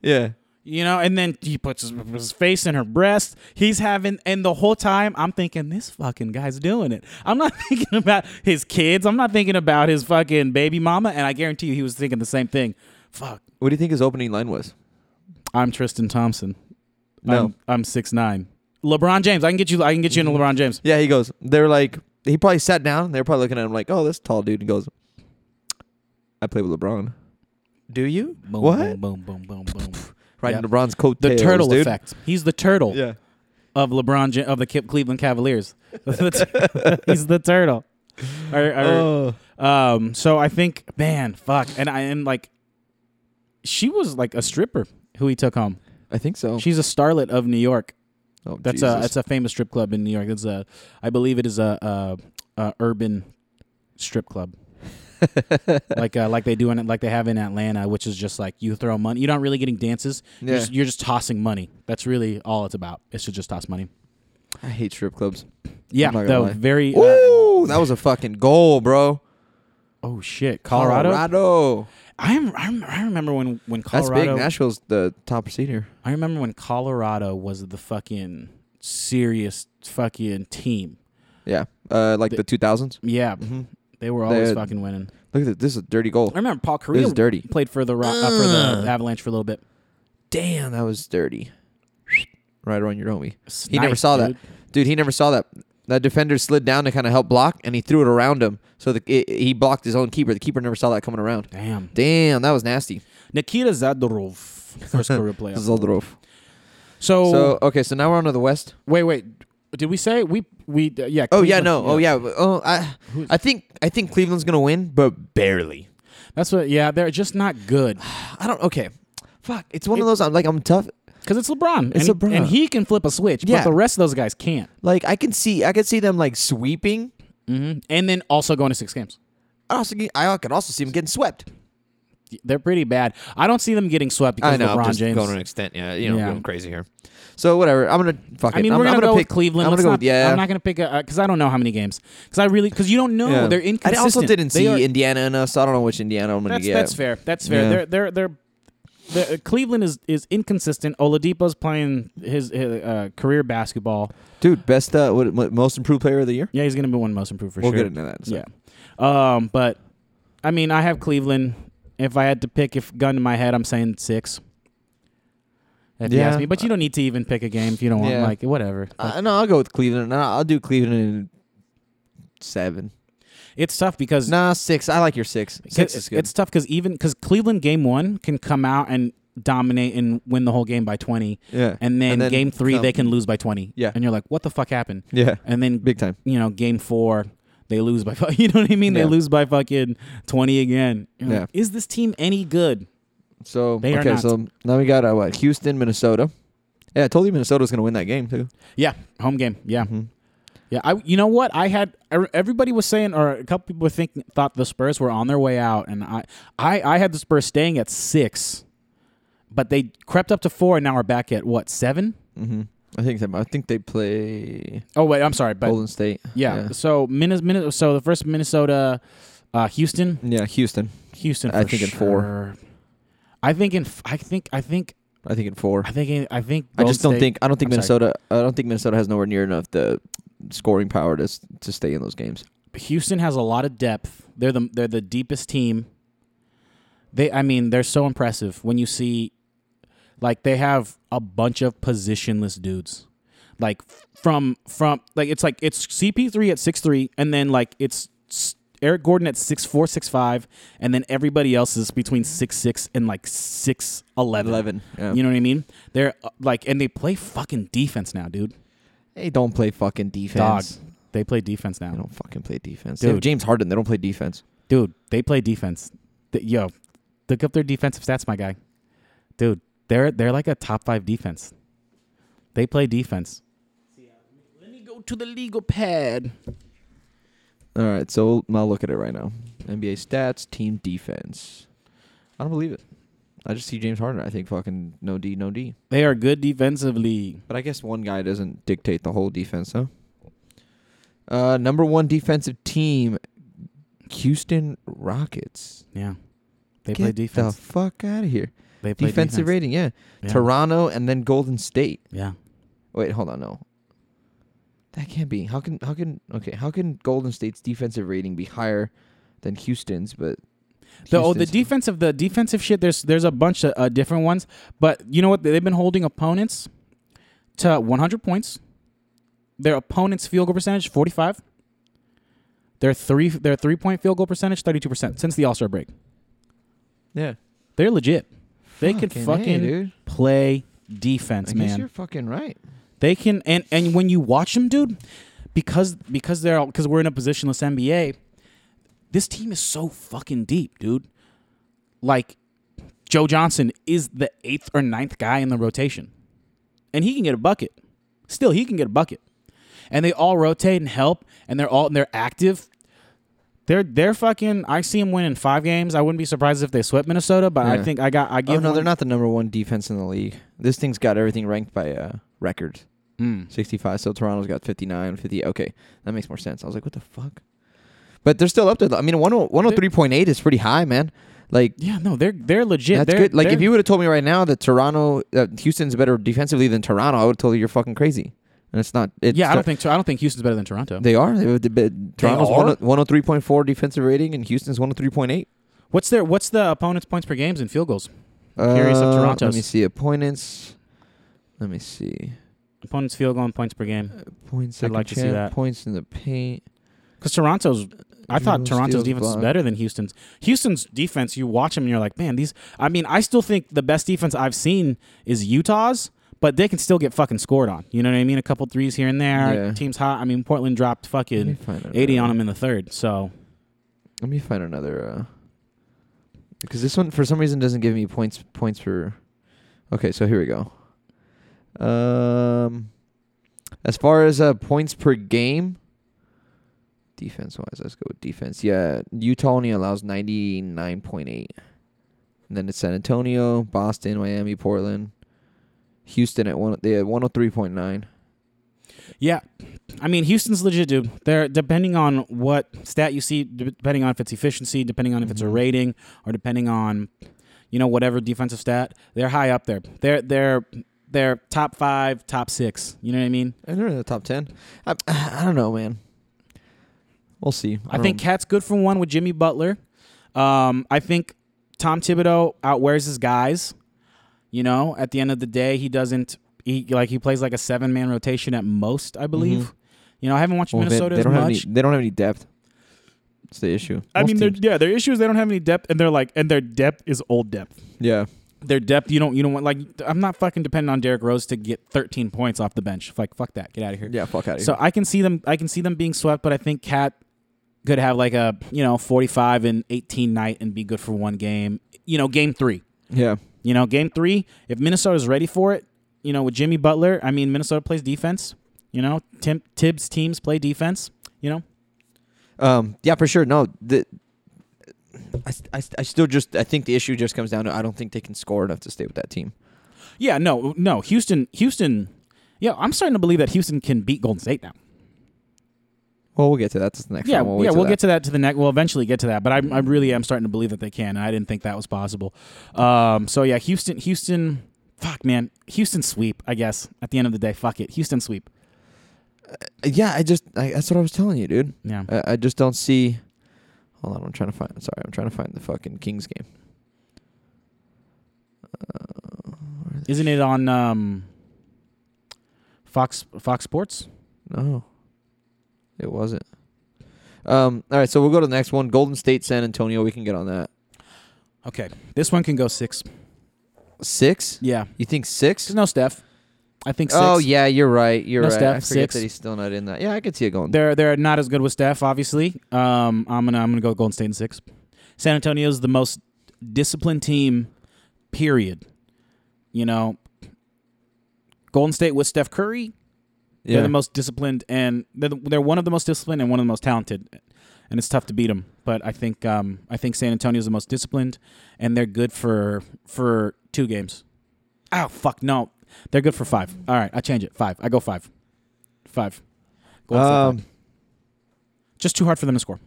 Yeah. You know, and then he puts his, his face in her breast. He's having, and the whole time I'm thinking, this fucking guy's doing it. I'm not thinking about his kids. I'm not thinking about his fucking baby mama. And I guarantee you he was thinking the same thing. Fuck, What do you think his opening line was? I'm Tristan Thompson. No. I'm, I'm 6'9. LeBron James. I can get you, I can get you into LeBron James. Yeah, he goes. They're like, he probably sat down. They're probably looking at him like, oh, this tall dude. He goes, I play with LeBron. Do you? Boom, what? Boom, boom, boom, boom, boom. Riding Yep. LeBron's coat. The turtle effect. He's the turtle Yeah. of LeBron, Ja- of the Ki- Cleveland Cavaliers. He's the turtle. Or- Oh. or- Um, so I think, man, fuck, and I and like, she was like a stripper who he took home. I think so. She's a starlet of New York. oh, That's uh, a that's a famous strip club in New York. It's a, I believe it is a, a, a urban strip club, like uh, like they do in like they have in Atlanta, which is just like you throw money. You're not really getting dances. Yeah. You're, just, you're just tossing money. That's really all it's about. It's to just toss money. I hate strip clubs. Yeah, not gonna the lie. very. Uh, Ooh, that was a fucking goal, bro. oh shit, Colorado. Colorado. I am. I rem- I remember when when That's Colorado. big. Nashville's the top seed here. I remember when Colorado was the fucking serious fucking team. Yeah. Uh, like the 2000s. Yeah, they were always They- fucking winning. Look at this. This is a dirty goal. I Mm-hmm. remember Paul Korea is dirty. played for the Ro- uh, for the Avalanche for a little bit. Damn, that was dirty. Right around your homie. he Snipe, never saw dude. that. Dude, he never saw that. That defender slid down to kind of help block, and he threw it around him. So the, it, he blocked his own keeper. The keeper never saw that coming around. Damn, Damn, that was nasty. Nikita Zadorov, first career playoff. Zoldorov. So, So okay, so now we're on to the West. wait, wait, did we say we we uh, yeah? Oh yeah, Cleveland- no. Oh yeah. Oh, I, I think I think Cleveland's gonna win, but barely. That's what. Yeah, they're just not good I don't. Okay. Fuck. It's one of those. I'm like I'm tough. because it's LeBron. It's and, LeBron. and he can flip a switch, Yeah. but the rest of those guys can't. Like I can see I can see them like sweeping. And then also going to six games. I also get- I can also see them getting swept. They're pretty bad. I don't see them getting swept because I know. LeBron I'm just James. going to an extent. Yeah, you know, Yeah. going crazy here. So whatever. I'm gonna fuck it. I mean, I'm, we're I'm gonna, go pick with Cleveland. I'm gonna Let's go not- with yeah. I'm not gonna pick a because I don't know how many games because I really because you don't know yeah. Oh, they're inconsistent. I also didn't They see are- Indiana enough, so I don't know which Indiana I'm gonna That's get. that's fair. That's fair. Yeah. They're they're they're. they're- Cleveland is, is inconsistent. Oladipo's playing his, his uh, career basketball. dude. Best uh, what, what- most improved player of the year. Yeah, he's going to be one most improved for We'll sure. get into that. in a Yeah. second. Um, but I mean, I have Cleveland. If I had to pick, if gun to my head, I'm saying six. If you Yeah. ask me, but you don't need to even pick a game if you don't want. Yeah. Like whatever. Like, Uh, no, I'll go with Cleveland. No, I'll do Cleveland in seven. it's tough because Nah, six. I like your six. Six It- is good. It's tough because even because Cleveland game one can come out and dominate and win the whole game by twenty. Yeah. And then, And then game three come- they can lose by twenty. Yeah. And you're like, what the fuck happened? yeah, And then big time. you know game four they lose by fu- you know what I mean? Yeah. They lose by fucking twenty again. You're like, Yeah. Is this team any good? So They are okay, not. so now we got uh, what Houston, Minnesota. Yeah, I told you Minnesota was gonna win that game too. Mm-hmm. Yeah. Home game. Yeah. Yeah, I you know what I had er- everybody was saying or a couple people were thinking thought the Spurs were on their way out and I I I had the Spurs staying at 6 but they crept up to 4 and now are back at what 7? Mm-hmm. I think that I think they play Oh wait, I'm sorry, but Golden State. yeah. So Minnesota, so the first Minnesota uh, Houston yeah, Yeah, Houston. Houston for I think in four. sure. I think in f- I think I think I think in four. I think in- I think I just Golden don't State- think I don't think I'm sorry. Minnesota I don't think Minnesota has nowhere near enough the scoring power to s- to stay in those games. Houston has a lot of depth. They're the they're the deepest team. They I mean, they're so impressive when you see like they have a bunch of positionless dudes. Like from from like it's like it's CP3 at six three, and then like it's s- Eric Gordon at six four six five, and then everybody else is between six six and like 6'11. Eleven. Yeah. You know what I mean? They're uh, like and they play fucking defense now, dude. They don't play fucking Dog. defense. They play defense now. They don't fucking play defense. They have Dude. James Harden. They don't play defense. Dude, they play defense. Th- yo, look up their defensive stats, my guy. Dude, they're they're like a top five defense. They play defense. Let me go to the legal pad. All right, so I'll look at it right now. NBA stats, team defense. I don't believe it. I just see James Harden. I think fucking no D, no D. They are good defensively. But I guess one guy doesn't dictate the whole defense, huh? Uh, number one defensive team, Houston Rockets. Yeah, they Get play defense. the fuck out of here. they play Defensive defense. rating, yeah. Yeah. Toronto and then Golden State. Yeah, Wait, hold on, no. That can't be. How can how can okay? How can Golden State's defensive rating be higher than Houston's? But the, oh, the Houston's- defensive, the defensive shit. There's there's a bunch of uh, different ones, but you know what? They've been holding opponents to 100 points. Their opponent's field goal percentage 45. Their three their three point field goal percentage 32 percent since the All Star break. yeah, They're legit. They can Fucking A, fucking dude. play I defense, guess man. you're fucking right. They can and and when you watch them, dude, because because they're because we're in a positionless NBA, this team is so fucking deep, dude. Like Joe Johnson is the eighth or ninth guy in the rotation, and he can get a bucket. Still, he can get a bucket, and they all rotate and help, and they're all and they're active. They're they're fucking. I see them winning five games. I wouldn't be surprised if they swept Minnesota, but I Yeah. think I got I give. oh no, one- they're not the number one defense in the league. This thing's got everything ranked by uh, record. Mm. 65. So Toronto's got 59, 50. Okay, that makes more sense. I was like, what the fuck? But they're still up there. though. I mean, oh, 10- 103.8 is pretty high, man. Like Yeah, no, they're they're legit. that's they're, good. Like they're- if you would have told me right now that Toronto, uh, Houston's better defensively than Toronto, I would have told you you're fucking crazy. And it's not. It's yeah, I Tor- don't think so. I don't think Houston's better than Toronto. They are. They, would- but Toronto's 10- are? 103.4 defensive rating and Houston's 103.8. What's their What's the opponent's points per games and field goals? Curious of Uh, Let Toronto's. me see. Opponents. Let me see. Opponent's field goal and points per game. Points. I'd second like to see chance, that. Points in the paint. Because Toronto's, I thought Dribbles, Toronto's Mm, steals, defense is block. better than Houston's. Houston's defense, you watch them and you're like, man, these. I mean, I still think the best defense I've seen is Utah's, but they can still get fucking scored on. You know what I mean? A couple threes here and there. Yeah. Teams hot. I mean, Portland dropped Let me fucking find another 80 on one. them in the third. So Let me find another. Uh, because this one for some reason doesn't give me points points per. Okay, so here we go. Um, as far as uh points per game. Defense wise, let's go with defense. Yeah, Utah only allows ninety nine point eight. And then it's San Antonio, Boston, Miami, Portland, Houston at one. They had one hundred three point nine. Yeah, I mean Houston's legit, dude. They're depending on what stat you see, d- depending on if it's efficiency, depending on if it's a Mhm. rating, or depending on, you know, whatever defensive stat. They're high up there. They're they're they're top five, top six. You know what I mean? And they're in the top ten. I, I don't know, man. We'll see. I, don't- think Cat's good for one with Jimmy Butler. Um, I think Tom Thibodeau outwears his guys. You know, at the end of the day, he doesn't. He like he plays like a seven man rotation at most, I believe. Mhm. You know, I haven't watched Well, they- Minnesota they, don't as have much. Any, they don't have any depth. It's the issue. I Most mean, their, teams- yeah, their issue is they don't have any depth, and they're like, and their depth is old depth. yeah, Their depth, you don't, you don't want like, I'm not fucking depending on Derrick Rose to get 13 points off the bench. Like, fuck that, get out of here. yeah. Fuck out of So I can see them, I can see them being swept, but I think Cat could have like a, you know, 45 and 18 night and be good for one game. You know, game three. here. Yeah, You know, game three. If Minnesota's ready for it, you know, with Jimmy Butler, I mean, Minnesota plays defense. You know, Tim, Tibbs teams play defense. You know, um, yeah, for sure. No, the. I, s- I, s- I still just I think the issue just comes down to I don't think they can score enough to stay with that team. Yeah, no, no. Houston, Houston. Yeah, I'm starting to believe that Houston can beat Golden State now. Well, we'll get to that. That's the next Yeah, one. We'll wait yeah, till we'll that. get to that to the next. We'll eventually get to that, but I, I really am starting to believe that they can, and I didn't think that was possible. Um, so yeah, Houston, Houston, fuck man, Houston sweep. I guess at the end of the day, fuck it, Houston sweep. Yeah, I just I, that's what I was telling you, dude. Yeah, I, I just don't see. Hold on, I'm trying to find. Sorry, I'm trying to find the fucking Kings game. Uh, where is it? isn't it on um, Fox Fox Sports? No, it wasn't. Um. All right, so we'll go to the next one. Golden State, San Antonio. We can get on that. Okay, this one can go six. Six? Yeah, You think six? there's no Steph. I think six. Oh yeah, you're right. You're No, right. I Steph, forget six. that he's still not in that. Yeah, I could see it going. They're they're not as good with Steph, obviously. Um, I'm gonna I'm gonna go Golden State in six. San Antonio's the most disciplined team, period. You know, Golden State with Steph Curry, yeah. they're the most disciplined, and they're, the- they're one of the most disciplined and one of the most talented, and it's tough to beat them. But I think um, I think San Antonio's the most disciplined, and they're good for for two games. Oh fuck no, they're good for five. All right, I change it. Five. I go five. Five. Golden State um, five. Just too hard for them to score.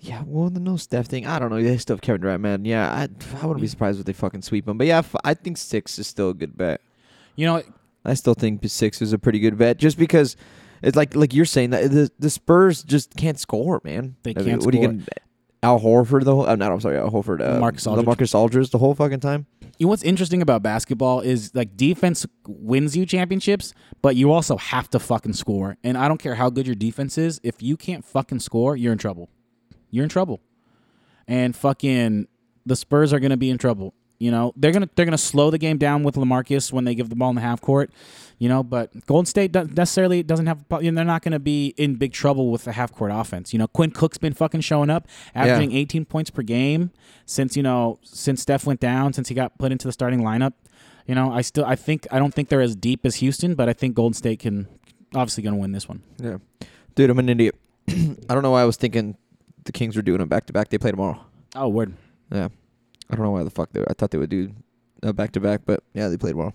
yeah. Well, the no Steph thing. I don't know. They still have Kevin Durant, man. Yeah, I, I wouldn't be surprised if they fucking sweep him. But yeah, f- I think six is still a good bet. You know, I still think six is a pretty good bet, just because it's like like you're saying that the the Spurs just can't score, man. They I mean, can't What are you score. gonna? Al Horford the whole. I'm not. I'm sorry. Al Horford. Uh, Marcus the Aldridge. Marcus Aldridge the whole fucking time. you know what's interesting about basketball is like defense wins you championships, but you also have to fucking score. And I don't care how good your defense is, if you can't fucking score, you're in trouble. You're in trouble. And fucking the Spurs are going to be in trouble. You know, they're going to they're going to slow the game down with LaMarcus when they give the ball in the half court, you know, but Golden State doesn't necessarily doesn't have you know, they're not going to be in big trouble with the half court offense. You know, Quinn Cook's been fucking showing up averaging 18 points per game since, you know, since Steph went down, since he got put into the starting lineup. You know, I still I think I don't think they're as deep as Houston, but I think Golden State can obviously going to win this one. Yeah, dude, I'm an idiot. I don't know why I was thinking the Kings were doing them back to back. They play tomorrow. Oh, word. Yeah, I don't know why the fuck they. I thought they would do back to back, but yeah, they played well.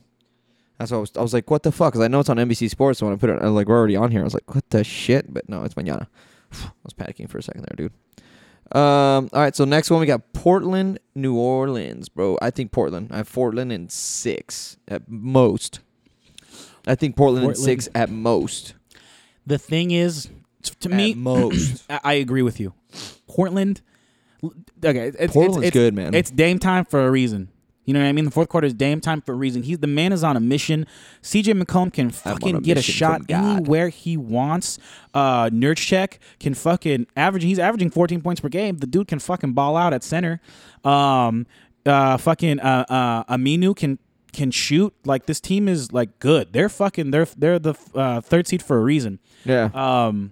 That's why I was. I was like, what the fuck? 'Cause I know it's on NBC Sports. So when I put it, I was like we're already on here. I was like, what the shit? But no, it's mañana. I was panicking for a second there, dude. Um. All right. So next one we got Portland, New Orleans, bro. I think Portland. I have Portland in six at most. I think Portland, in Portland. six at most. The thing is t- to me at most. I, I agree with you. Portland, l- okay, it's- it's, Portland's it's- good, man. It's Dame time for a reason. You know what I mean? The fourth quarter is Dame time for a reason. He's the man is on a mission. CJ McCollum can I'm on fucking a get a mission shot from God. anywhere he wants. Uh, Nurchek can fucking average. He's averaging 14 points per game. The dude can fucking ball out at center. Um, uh, fucking uh, uh, Aminu can can shoot. Like this team is like good. They're fucking. They're they're the uh, third seed for a reason. yeah. Um,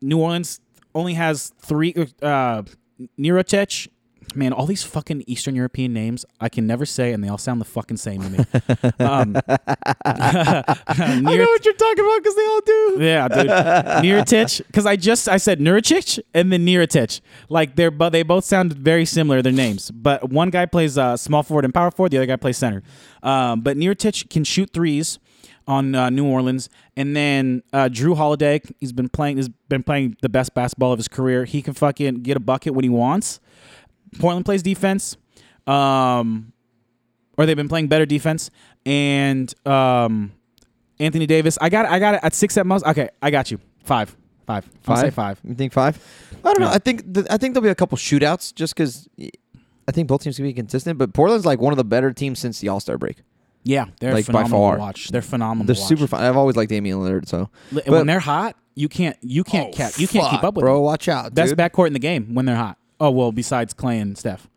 New Orleans only has three. Uh, Nirotech, man, all these fucking Eastern European names I can never say, and they all sound the fucking same to me. um, I know Nir- what you're talking about because they all do. yeah, dude, Nirotech, because I just I said Nurchich and then Nirotech, like they're but they both sound very similar their names, but one guy plays uh, small forward and power forward, the other guy plays center. Um, but Nirotech can shoot threes on uh, New Orleans, and then uh, Drew Holiday. He's been playing. He's been playing the best basketball of his career. He can fucking get a bucket when he wants. Portland plays defense, um, or they've been playing better defense. And um, Anthony Davis, I got, I got it at six at most. Okay, I got you. Five, five. I'll say five. You think five? I don't know. Yeah. I think th- I think there'll be a couple shootouts just because I think both teams can be consistent. But Portland's like one of the better teams since the All Star break. Yeah, they're Like, by phenomenal far. to watch. They're phenomenal. They're to watch. super fun. I've always liked Damian Lillard, so Li- but- when they're hot, you can't, you can't catch, you can't Oh, keep Fuck, up with bro. them. Watch out, Best dude. backcourt in the game when they're hot. Oh well, besides Clay and Steph,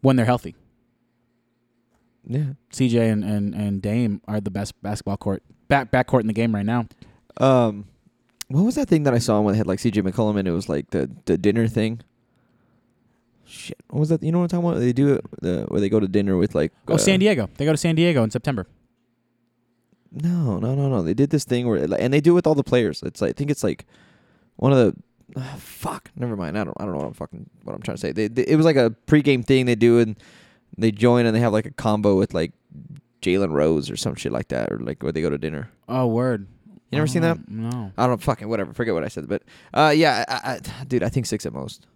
when they're healthy. Yeah. CJ and, and, and Dame are the best basketball court back backcourt in the game right now. Um, what was that thing that I saw when they had like CJ McCollum and it was like the the dinner thing? Shit, what was that? You know what I'm talking about? They do it uh, where they go to dinner with like Oh, uh, San Diego. They go to San Diego in September. No, no, no, no. They did this thing where, and they do it with all the players. It's like I think it's like one of the ah, fuck. Never mind. I don't. I don't know what I'm fucking. What I'm trying to say. They, they- it was like a pregame thing they do, and they join and they have like a combo with like Jalen Rose or some shit like that, or like where they go to dinner. Oh, word. You never seen Oh, that? No. I don't fucking whatever. Forget what I said, but uh, yeah, I, I, dude, I think six at most.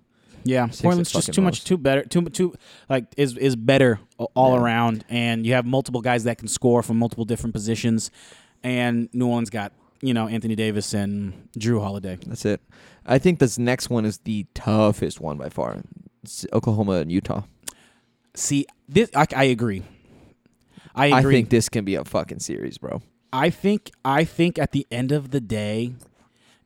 Yeah, Six at Portland's just fucking too much, most. too better, too too like is is better a- all Yeah. around, and you have multiple guys that can score from multiple different positions, and New Orleans got you know Anthony Davis and Drew Holiday. That's it. I think this next one is the toughest one by far. It's Oklahoma and Utah. See, this I, I agree. I I agree. think this can be a fucking series, bro. I think I think at the end of the day,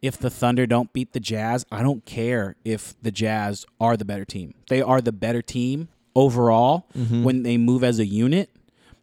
if the Thunder don't beat the Jazz, I don't care if the Jazz are the better team. They are the better team overall when they move as a unit.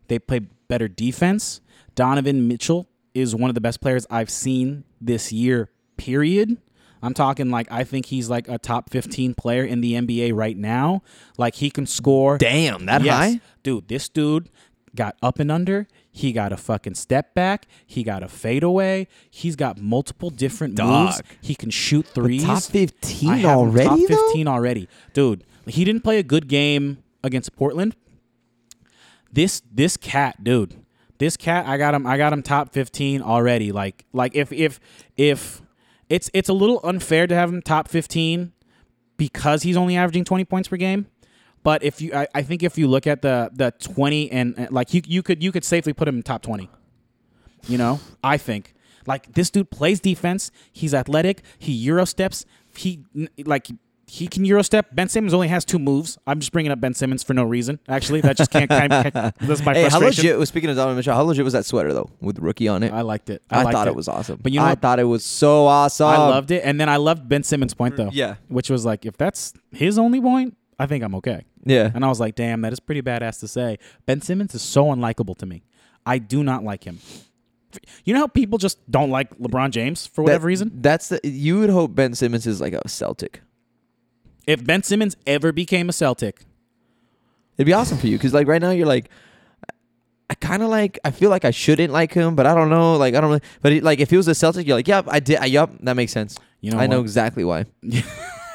They play better defense. Donovan Mitchell is one of the best players I've seen this year, period. I'm talking like I think he's like a top 15 player in the NBA right now. Like he can score. Damn, that Yes. high? Dude, this dude got up and under. He got a fucking step back. He got a fadeaway. He's got multiple different moves. Dog. He can shoot threes. top 15 I have him already, Top though? 15 already, dude. He didn't play a good game against Portland. This this cat, dude. This cat, I got him. I got him top 15 already. Like like if if if it's it's a little unfair to have him top 15 because he's only averaging 20 points per game. But if you, I, I think if you look at the the 20 and and, like you you could you could safely put him in top 20. You know, I think like this dude plays defense. He's athletic. He euro steps. He n- like he can euro step. Ben Simmons only has two moves. I'm just bringing up Ben Simmons for no reason. Actually, that just can't. kind of, that's my Hey, how frustration. legit? Speaking of Donovan Mitchell, how legit was that sweater though, with rookie on it? I liked it. I, I, liked thought it. was awesome. But you know, I what? thought it was so awesome. I loved it, and then I loved Ben Simmons' point though. Yeah. which was like, if that's his only point, I think I'm okay. Yeah. And I was like, damn, that is pretty badass to say. Ben Simmons is so unlikable to me. I do not like him. You know how people just don't like LeBron James for That- whatever reason? That's the you would hope Ben Simmons is like a Celtic. If Ben Simmons ever became a Celtic, It'd be awesome for you because like right now you're like, I kind of like I feel like I shouldn't like him, but I don't know. Like I don't. Really, but it, like if he was a Celtic, you're like, yep, I did. I, yep, that makes sense. You know I know what? exactly why.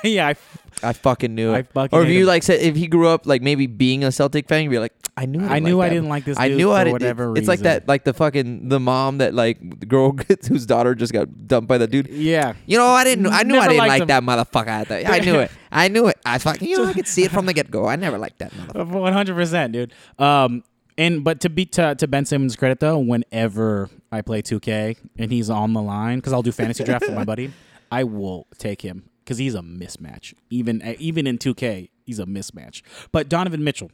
yeah, I, I fucking knew it. I fucking or if hate you him. like said if he grew up like maybe being a Celtic fan, you'd be like, I knew. I didn't knew like I that. didn't like this I dude knew for I didn't. whatever it's like reason. that, like the fucking the mom that like the girl whose daughter just got dumped by the dude. yeah. You know, I didn't. I knew I Never didn't liked like him. that motherfucker. I, thought, I knew it. I knew it. I fucking. You know, I could see it from the get go. I never liked that motherfucker. One hundred percent, dude. Um, and but to be to, to Ben Simmons' credit though, whenever I play two K and he's on the line, because I'll do fantasy draft with my buddy, I will take him because he's a mismatch. Even eh, even in two K, he's a mismatch. But Donovan Mitchell,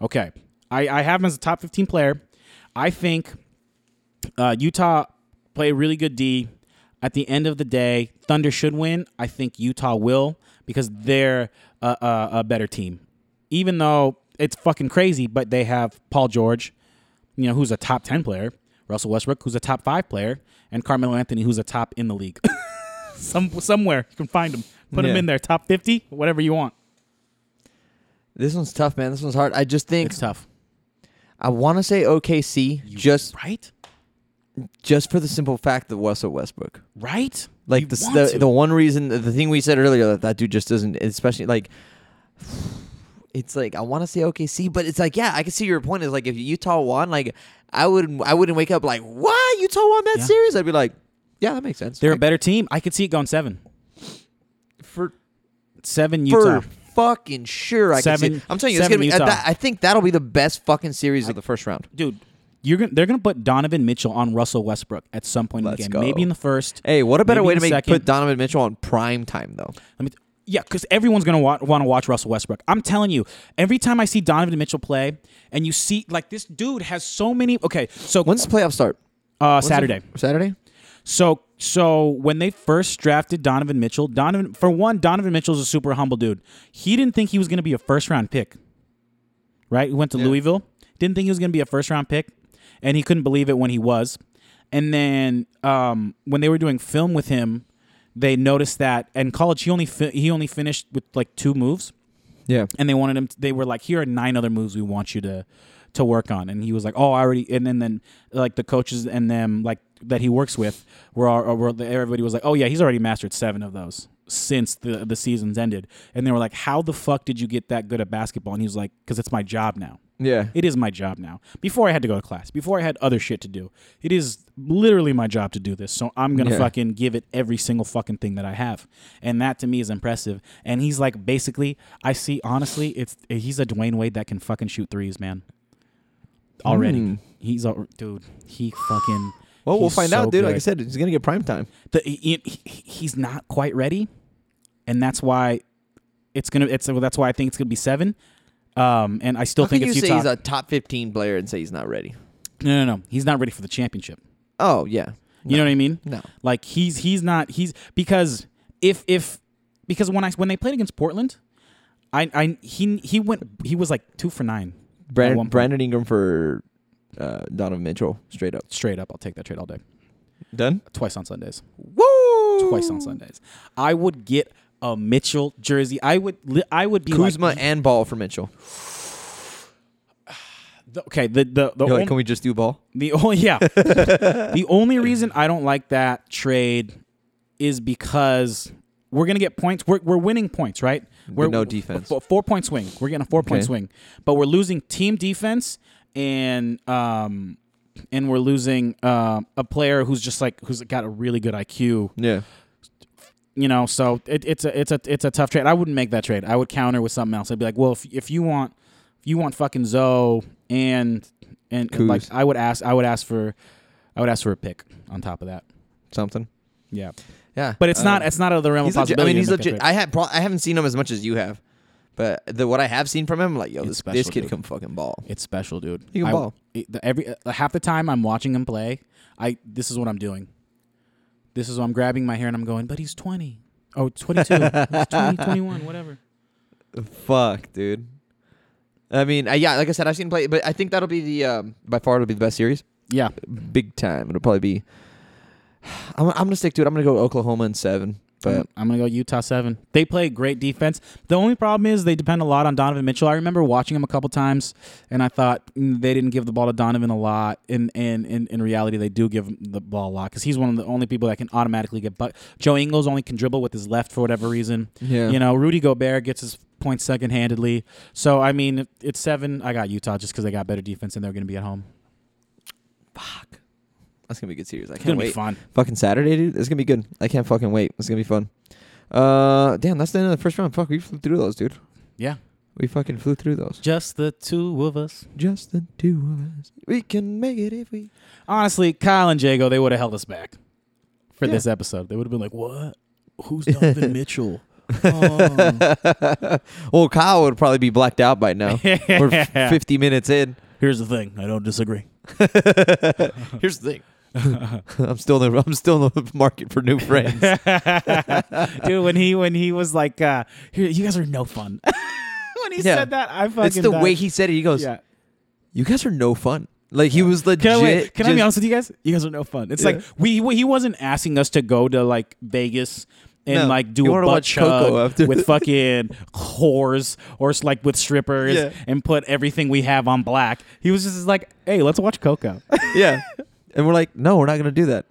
okay, I I have him as a top fifteen player. I think uh, Utah play really good D. At the end of the day, Thunder should win. I think Utah will because they're a, a, a better team. Even though it's fucking crazy, but they have Paul George, you know, who's a top 10 player, Russell Westbrook, who's a top five player, and Carmelo Anthony, who's a top in the league. Some, somewhere you can find him. Put him Yeah. in there, top 50, whatever you want. This one's tough, man. This one's hard. I just think It's tough. I want to say OKC just Right? just for the simple fact that Russell Westbrook. Right? Like You the, want the to. the one reason the thing we said earlier that that dude just doesn't especially like it's like I want to say OKC but it's like yeah I can see your point is like if Utah won like I would I wouldn't wake up like why Utah won that Yeah. series I'd be like yeah that makes sense They're a Like, better team. I could see it going seven. for Seven Utah. for fucking sure I can Seven- see it. I'm telling you it's seven gonna be, uh, Utah. that, I think that'll be the best fucking series of the first round dude, you're gonna, they're going to put Donovan Mitchell on Russell Westbrook at some point Let's in the go. game. Maybe in the first. hey what a better maybe way in to the make second. put Donovan Mitchell on prime time though Let me. yeah, because everyone's gonna wa- want to watch Russell Westbrook. I'm telling you, every time I see Donovan Mitchell play, and you see like this dude has so many. Okay, so when's the playoff start uh, When's the- Saturday. Saturday So so when they first drafted Donovan Mitchell, Donovan for one, Donovan Mitchell's a super humble dude. He didn't think he was gonna be a first round pick. Right? He went to Louisville. Didn't think he was gonna be a first round pick. And he couldn't believe it when he was. And then um, when they were doing film with him, they noticed that in college he only fi- he only finished with like two moves yeah and they wanted him to, they were like here are nine other moves we want you to to work on and he was like oh i already and then then like the coaches and them like that he works with were, all, uh, were everybody was like oh yeah he's already mastered seven of those since the the season's ended and they were like how the fuck did you get that good at basketball and he was like because it's my job now yeah it is my job now. Before I had to go to class, before I had other shit to do, it is literally my job to do this. So I'm gonna Yeah. fucking give it every single fucking thing that I have, and that to me is impressive. And he's like, basically, I see. Honestly, it's he's a Dwayne Wade that can fucking shoot threes, man. Already, Mm. he's a dude. He fucking. Well, we'll he's find so out, dude. Like I good said, he's gonna get prime time. the, he, he- he's not quite ready, and that's why it's gonna. It's that's why I think it's gonna be seven. Um, and I still How think can you it's say Utah. he's a top fifteen player and say he's not ready? no, no, no. He's not ready for the championship. Oh yeah, You know what I mean? No. Like he's he's not he's because if if because when I when they played against Portland, I I he he went he was like two for nine. at one Brandon, point. Brandon Ingram for uh, Donovan Mitchell straight up. Straight up, I'll take that trade all day. Done. Twice on Sundays. Woo! Twice on Sundays. I would get a Mitchell jersey. I would. Li- I would be Kuzma Like, and Ball for Mitchell. the- okay. The the the You're only, like, can we just do Ball? the only yeah. the only reason I don't like that trade is because we're gonna get points. We're we're winning points, right? We're no defense. Four, four point swing. We're getting a four point Okay. swing, but we're losing team defense and um and we're losing um a player who's just like who's got a really good IQ. Yeah. you know so it, it's a it's a it's a tough trade i wouldn't make that trade i would counter with something else i'd be like well if, if you want if you want fucking zoe and and, and, like Kuz. i would ask i would ask for i would ask for a pick on top of that Something. yeah Yeah. but it's not Uh, it's not out of the realm of he's legit. I possibility mean, he's to make a legit. trade. I have. Pro- I haven't seen him as much as you have, but the what I have seen from him, I'm like, yo, this, special, this kid dude. can fucking ball. it's special dude He can I- ball. it- the- every uh, half the time i'm watching him play i this is what i'm doing this is what i'm grabbing my hair and i'm going but he's 20 oh 22 he's 20 21 whatever Fuck, dude. I mean, I, yeah, like I said, I've seen him play, but I think that'll be the um, by far it'll be the best series, yeah big time. It'll probably be. I'm, I'm gonna stick to it. I'm gonna go Oklahoma in seven, I'm, but I'm gonna go Utah seven. They play great defense. The only problem is they depend a lot on Donovan Mitchell. I remember watching him a couple times, and I thought mm, they didn't give the ball to Donovan a lot. And and in, in reality, they do give him the ball a lot because he's one of the only people that can automatically get. But Joe Ingles only can dribble with his left for whatever reason. Yeah. you know Rudy Gobert gets his points second handedly. So I mean, it- it's seven. I got Utah just because they got better defense and they're gonna be at home. that's gonna be a good series. I It's can't gonna wait. be fun. Fucking Saturday, dude. It's gonna be good. I can't fucking wait. It's gonna be fun. Uh, damn, that's the end of the first round. Fuck, we flew through those, dude. Yeah, We fucking flew through those. just the two of us. Just the two of us. We can make it if we. honestly, Kyle and Jago, they would have held us back for Yeah. this episode. They would have been like, "What? Who's Donovan Mitchell?" Oh. Well, Kyle would probably be blacked out by now. We're f- 50 minutes in. Here's the thing: I don't disagree. Here's the thing. I'm still in the, I'm still in the market for new friends. Dude, when he when he was like, uh, "Here- "You guys are no fun," when he Yeah. said that, I fucking That's the died. way he said it. He goes, Yeah. "You guys are no fun." Like he was legit. Can, I, wait, can I be just- honest with you guys? You guys are no fun. It's Yeah. like we he wasn't asking us to go to like Vegas and No. like do You a wanna butt watch chug Coco after with this. fucking whores or s- like with strippers Yeah. and put everything we have on black. He was just like, "Hey, let's watch Coco." yeah. And we're like, "No, we're not gonna do that."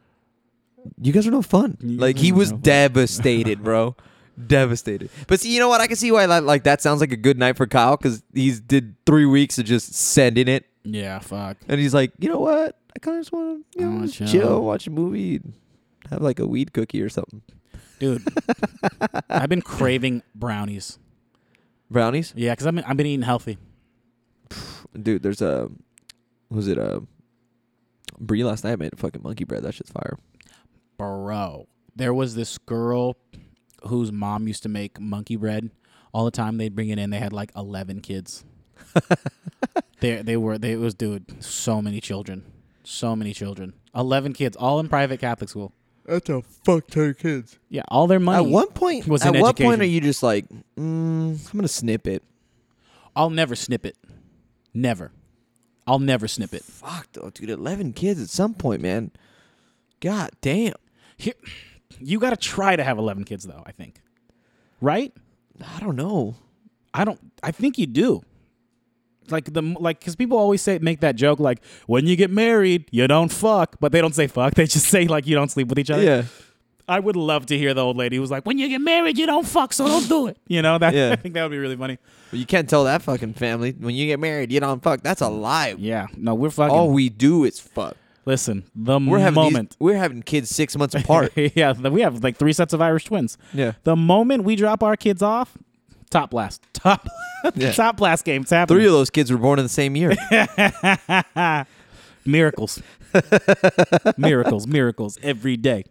You guys are no fun. Like he was devastated, bro. devastated. But see, you know what? I can see why that, like that sounds like a good night for Kyle because he's did three weeks of just sending it yeah, fuck. And he's like, you know what? I kind of just want to, you I know, wanna just chill. chill. watch a movie, and have like a weed cookie or something. Dude, I've been craving brownies. Brownies, Yeah, cuz I've been I've been eating healthy. dude. There's a, was it a, Brie last night made a fucking monkey bread. That shit's fire. bro. There was this girl whose mom used to make monkey bread all the time. They'd bring it in. They had like eleven kids. they they were they it was dude so many children, so many children. Eleven kids, all in private Catholic school. That's a fuck ton of kids. Yeah, all their money. At what point? Was at in what point education. are you just like, mm, I'm gonna snip it? I'll never snip it. Never. I'll never snip it. Fuck though, dude. Eleven kids at some point, man. God damn. Here, you got to try to have eleven kids though. I think, right? I don't know. I don't. I think you do. Like the like, because people always say make that joke like when you get married you don't fuck, but they don't say fuck. They just say like you don't sleep with each other. Yeah. I would love to hear the old lady who was like, when you get married you don't fuck, so don't do it. You know that. Yeah. I think that would be really funny. But you can't tell that fucking family when you get married, you don't fuck. That's a lie. Yeah. No, we're fucking. All we do is fuck. listen, the We're having these- moment. we're having kids six months apart. yeah, the, we have like three sets of Irish twins. Yeah. The moment we drop our kids off, top blast, top, Yeah. top blast games happening. Three of those kids were born in the same year. miracles miracles miracles every day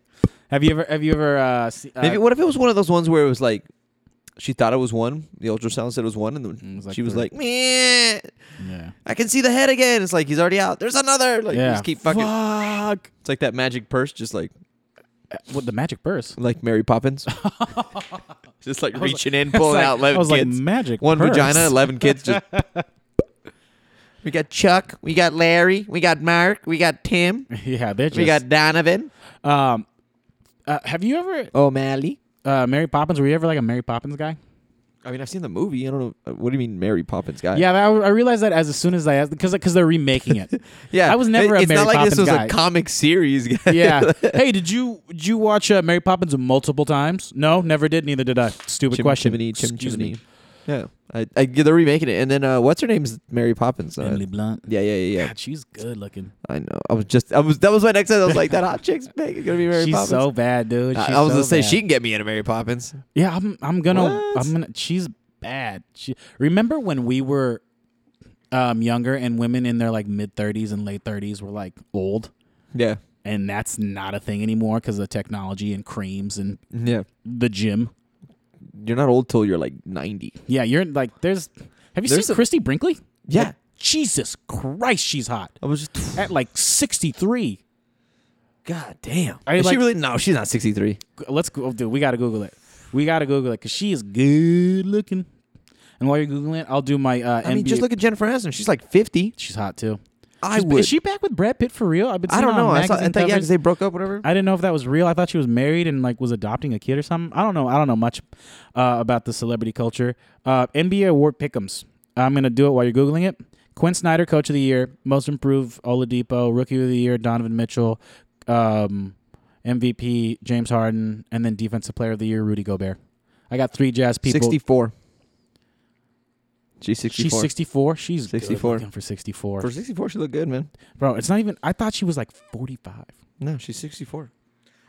have you ever have you ever uh, se- uh Maybe what if it was one of those ones where it was like she thought it was one, the ultrasound said it was one, and then Mm, was like she was three. like, "Meh, yeah I can see the head again." It's like he's already out. There's another. Like yeah just keep fucking. Fuck. It's like that magic purse, just like what the magic purse like Mary Poppins, just like reaching in, I was pulling like- out eleven I was like kids, magic one purse. vagina, eleven kids. Just We got Chuck. We got Larry. We got Mark. We got Tim. yeah, they're just. We got Donovan. um, uh, have you ever O'Malley. uh, Mary Poppins? Were you ever like a Mary Poppins guy? I mean, I've seen the movie. I don't know. uh, What do you mean, Mary Poppins guy? Yeah, that, I realized that as, as soon as I asked because because they're remaking it. yeah. I was never It- a It's Mary not like Poppins this was guy. a comic series. guy. yeah. Hey, did you did you watch uh, Mary Poppins multiple times? No, never did. Neither did I. Stupid Chim- question. chimney, chim- Excuse chimney. me. Yeah, I, I they're remaking it, and then uh, what's her name's Mary Poppins? uh, Emily Blunt. yeah, yeah, yeah, yeah. God, she's good looking. I know. I was just, I was, that was my next. Sentence. I was like, that hot chick's big. It's gonna be Mary she's Poppins. so bad, dude. I, She's I was so gonna say bad. she can get me into Mary Poppins. Yeah, I'm. I'm gonna. What? I'm gonna. She's bad. She. Remember when we were um younger and women in their like mid 30s and late 30s were like old, Yeah, and that's not a thing anymore because of technology and creams and yeah. the gym. You're not old till you're like ninety. Yeah, you're like. There's. Have you There's seen a- Christy Brinkley? Yeah, Jesus Christ, she's hot. I was just. At like 63. God damn. I Is she like- really? No, she's not sixty three. G- Let's go, oh, dude. We gotta Google it. We gotta Google it because she is good looking. And while you're googling it, I'll do my uh, I mean, NBA. just look at Jennifer Aniston. She's like fifty. she's hot too. I Is- would. Is she back with Brad Pitt for real? I've been. I seeing don't her on know. I saw. I magazine thought yeah, covers. because they broke up. Whatever. I didn't know if that was real. I thought she was married and like was adopting a kid or something. I don't know. I don't know much uh, about the celebrity culture. Uh, NBA award pickums. I'm gonna do it while you're googling it. Quinn Snyder, Coach of the Year, Most Improved, Oladipo, Rookie of the Year, Donovan Mitchell, um, MVP, James Harden, and then Defensive Player of the Year, Rudy Gobert. I got three Jazz people. Sixty four. She's sixty She's four. 64. She's 64. 64 for 64. For sixty four, she looked good, man. Bro, it's not even. I thought she was like 45. No, she's 64.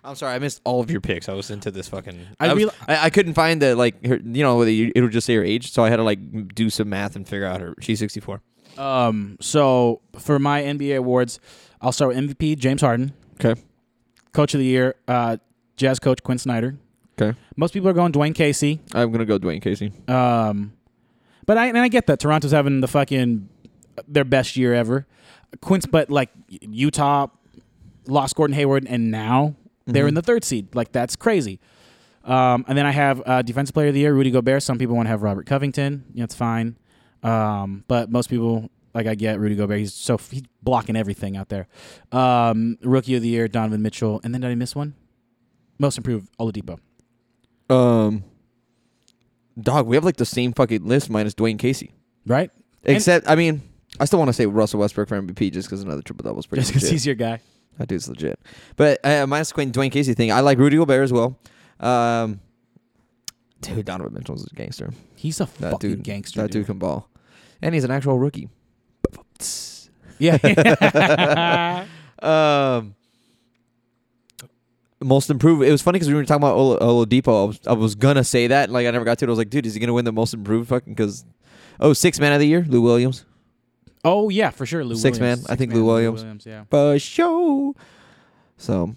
I'm sorry, I missed all of your picks. I was into this fucking. I I was- real- I, I couldn't find the like her, you know, whether you, it would just say her age, so I had to like do some math and figure out her. She's 64. Um, so for my NBA awards, I'll start with MVP James Harden, Okay. Coach of the Year, uh, Jazz Coach Quinn Snyder. Okay. Most people are going Dwayne Casey. I'm gonna go Dwayne Casey. Um, but I and I get that Toronto's having the fucking their best year ever. Quince, but like Utah lost Gordon Hayward, and now they're Mm-hmm. in the third seed. Like that's crazy. Um, and then I have uh, Defensive Player of the Year Rudy Gobert. Some people want to have Robert Covington. That's fine. Um, but most people like I get Rudy Gobert. He's so he's blocking everything out there. Um, Rookie of the Year Donovan Mitchell. And then did I miss one? Most improved Oladipo. Um, dog, we have like the same fucking list minus Dwayne Casey. Right? And- Except, I mean, I still want to say Russell Westbrook for MVP just because another triple double is pretty Just because legit. he's your guy. That dude's legit. But uh, minus Dwayne, Dwayne Casey thing, I like Rudy Gobert as well. Um, dude, Donovan Mitchell's a gangster. He's a That fucking dude, gangster. That dude. dude can ball, and he's an actual rookie. Yeah. Um, most improved. It was funny because we were talking about Ola- Oladipo. I was, I was gonna say that, like I never got to it. I was like, dude, is he gonna win the most improved? Fucking because, oh, six man of the year, Lou Williams oh yeah, for sure. Lou Six Williams. man. I think Lou Williams. Yeah. for show. So,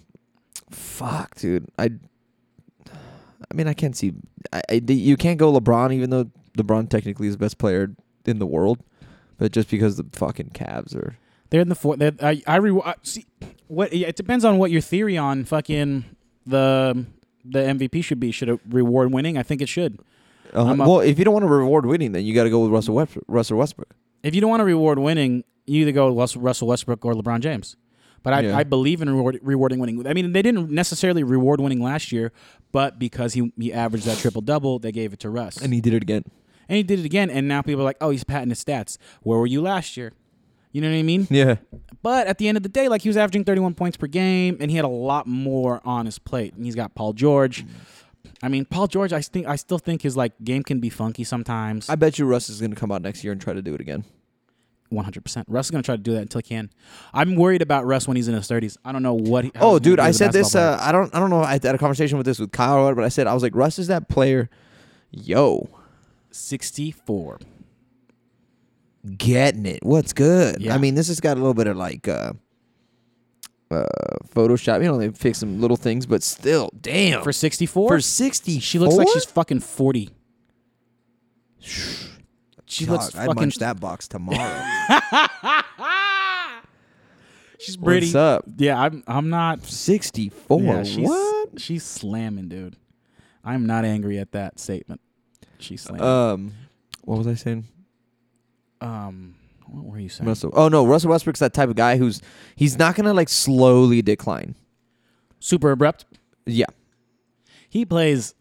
fuck, dude. I, I mean, I can't see. I, I you can't go LeBron, even though LeBron technically is the best player in the world, but just because the fucking Cavs are. They're in the fourth. they're- I I re- I- see what yeah, it depends on what your theory on fucking the the MVP should be. Should it reward winning? I think it should. Uh, I'm up- well, if you don't want to reward winning, then you got to go with Russell Westbrook. Russell Westbrook. If you don't want to reward winning, you either go with Russell- Russell Westbrook or LeBron James. But I, Yeah. I believe in reward, rewarding winning. I mean, they didn't necessarily reward winning last year, but because he he averaged that triple double, they gave it to Russ. And he did it again. And he did it again, and now people are like, "Oh, he's patting his stats. Where were you last year?" You know what I mean? Yeah. But at the end of the day, like he was averaging 31 points per game, and he had a lot more on his plate. And he's got Paul George. I mean, Paul George, I think I still think his like game can be funky sometimes. I bet you Russ is going to come out next year and try to do it again. 100%. Russ is gonna try to do that until he can. I'm worried about Russ when he's in his 30s. I don't know what. He, how Oh, he's gonna dude, be I as a said this. basketball Uh, I don't. I don't know. I had a conversation with this with Kyle, or whatever, but I said I was like, Russ is that player. Yo, player. 64. getting it. What's good? Yeah. I mean, this has got a little bit of like. Uh, uh, Photoshop. You know they fix some little things, but still, damn. For 64, for sixty, she looks like she's fucking 40. She looks I fucking that box tomorrow. She's pretty. What's up? Yeah, I'm. I'm not. Sixty four. Yeah, she's, what? She's slamming, dude. I'm not angry at Uh, that statement. She's slamming. Um, what was I saying? um, What were you saying? Russell. Oh no, Russell Westbrook's that type of guy who's he's not gonna like slowly decline. Super abrupt. Yeah, He plays.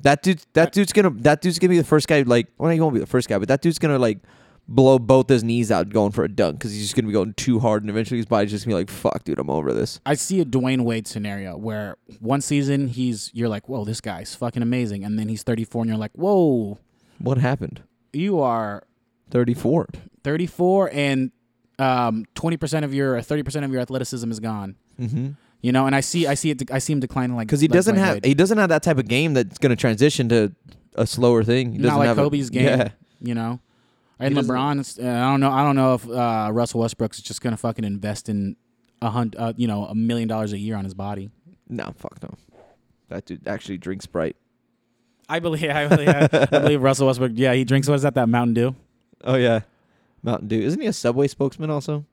that dude. That dude's gonna. That dude's gonna be the first guy. Like, well, he won't be the first guy, but that dude's gonna like blow both his knees out going for a dunk because he's just gonna be going too hard, and eventually his body's just gonna be like, "Fuck, dude, I'm over this." I see a Dwayne Wade scenario where one season he's you're like, whoa, this guy's fucking amazing, and then he's 34 and you're like, whoa, What happened? you are Thirty four. 34 and um 20% of your or 30% of your athleticism is gone. Mm-hmm. You know, and I see I see it I see him declining like Because he like doesn't Dwayne have Wade. he doesn't have that type of game that's gonna transition to a slower thing. He doesn't not like have a- Kobe's game. Yeah. You know, and doesn't- LeBron. it's- uh, I don't know. I don't know if uh, Russell Westbrook's just gonna fucking invest in a hundred, uh, you know, a million dollars a year on his body. No, fuck no. That dude actually drinks Sprite. I believe. I believe, I believe Russell Westbrook. Yeah, he drinks. What is that? That Mountain Dew. Oh yeah, Mountain Dew. Isn't he a Subway spokesman also?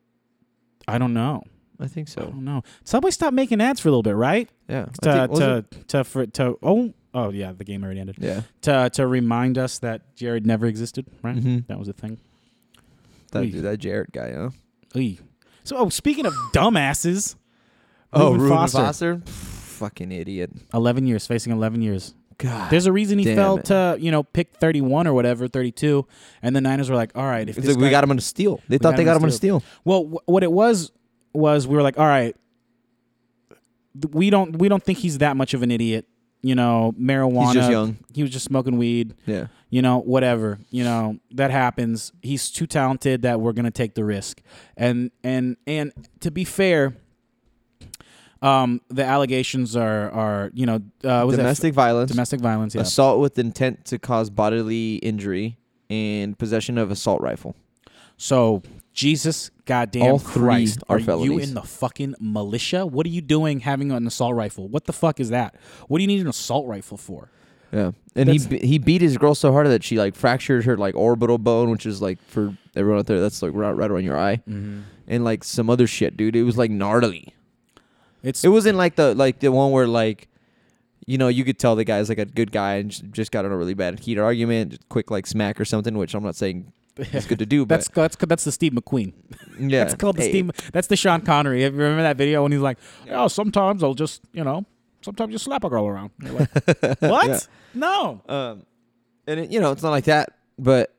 I don't know. I think I so. don't know. Subway stopped making ads for a little bit, right? Yeah. I To think- was it- to to, for, to oh oh yeah, the game already ended. yeah. To to remind us that Jared never existed, right? Mhm. That was a thing. That Oof. dude, that Jared guy, huh? Ooh. So oh, speaking of dumbasses, Oh, Reuben Reuben Foster. Foster? Pff, fucking idiot. eleven years facing eleven years. God. There's a reason he Damn fell it. to you know pick 31 or whatever 32, and the Niners were like, all right, if It's this like we guy- got him on a steal. They We thought they got him on a steal. well, wh- what it was was we were like, all right, th- we don't we don't think he's that much of an idiot, you know, marijuana. He's just young. He was just smoking weed, Yeah. you know, whatever, you know, that happens. He's too talented that we're gonna take the risk, and and and to be fair. Um, the allegations are are you know uh, was that- Domestic violence, domestic violence yeah assault with intent to cause bodily injury, and possession of assault rifle. So Jesus, goddamn All three Christ, are are, you felonies. in the fucking militia? What are you doing having an assault rifle? What the fuck is that? What do you need an assault rifle for? Yeah. And he That's- be- he beat his girl so hard that she like fractured her like orbital bone, which is like for everyone out there, that's like right, right around your eye, and like some other shit, dude. It was like gnarly. It's It wasn't like the like the one where like, you know, you could tell the guy's like a good guy and j- just got in a really bad heated argument, just quick like smack or something. Which I'm not saying it's good to do, but that's that's that's the Steve McQueen. yeah, That's called the Hey, Steve. That's the Sean Connery. If you remember that video when he's like, "Oh, sometimes I'll just you know, sometimes just slap a girl around." You're like, what? Yeah. No. Um, and it, you know, it's not like that, but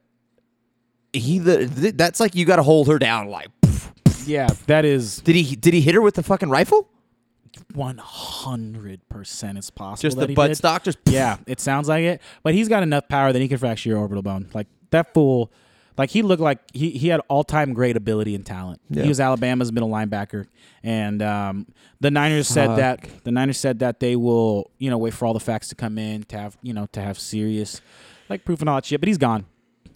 he the th- that's like you got to hold her down. Like, Yeah, that is did he did he hit her with the fucking rifle? one hundred percent. It's possible. Just that the he butt did. stock, just Yeah, it sounds like it. But he's got enough power that he could fracture your orbital bone. Like that fool, like he looked like he, he had all time great ability and talent. Yeah. He was Alabama's middle linebacker, and um, the Niners said that the Niners said that they will you know wait for all the facts to come in to have you know to have serious like proof and all that shit. But he's gone.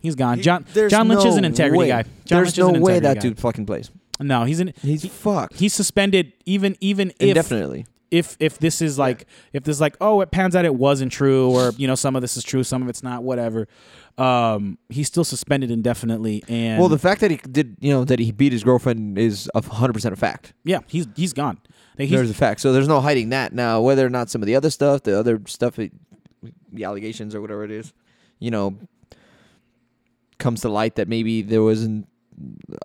He's gone. John There's John Lynch no is an integrity way. guy. John Lynch There's is an no way integrity that guy. dude fucking plays. No, he's an He's he- fucked He's suspended even even if indefinitely. if if this is like if this is like oh it pans out it wasn't true or you know some of this is true some of it's not whatever um he's still suspended indefinitely and Well, the fact that he did, you know, that he beat his girlfriend is a hundred percent a fact. yeah he's he's gone Like, he's- There's a fact, so there's no hiding that. Now, whether or not some of the other stuff, the other stuff, it- the allegations or whatever it is, you know, comes to light that maybe there wasn't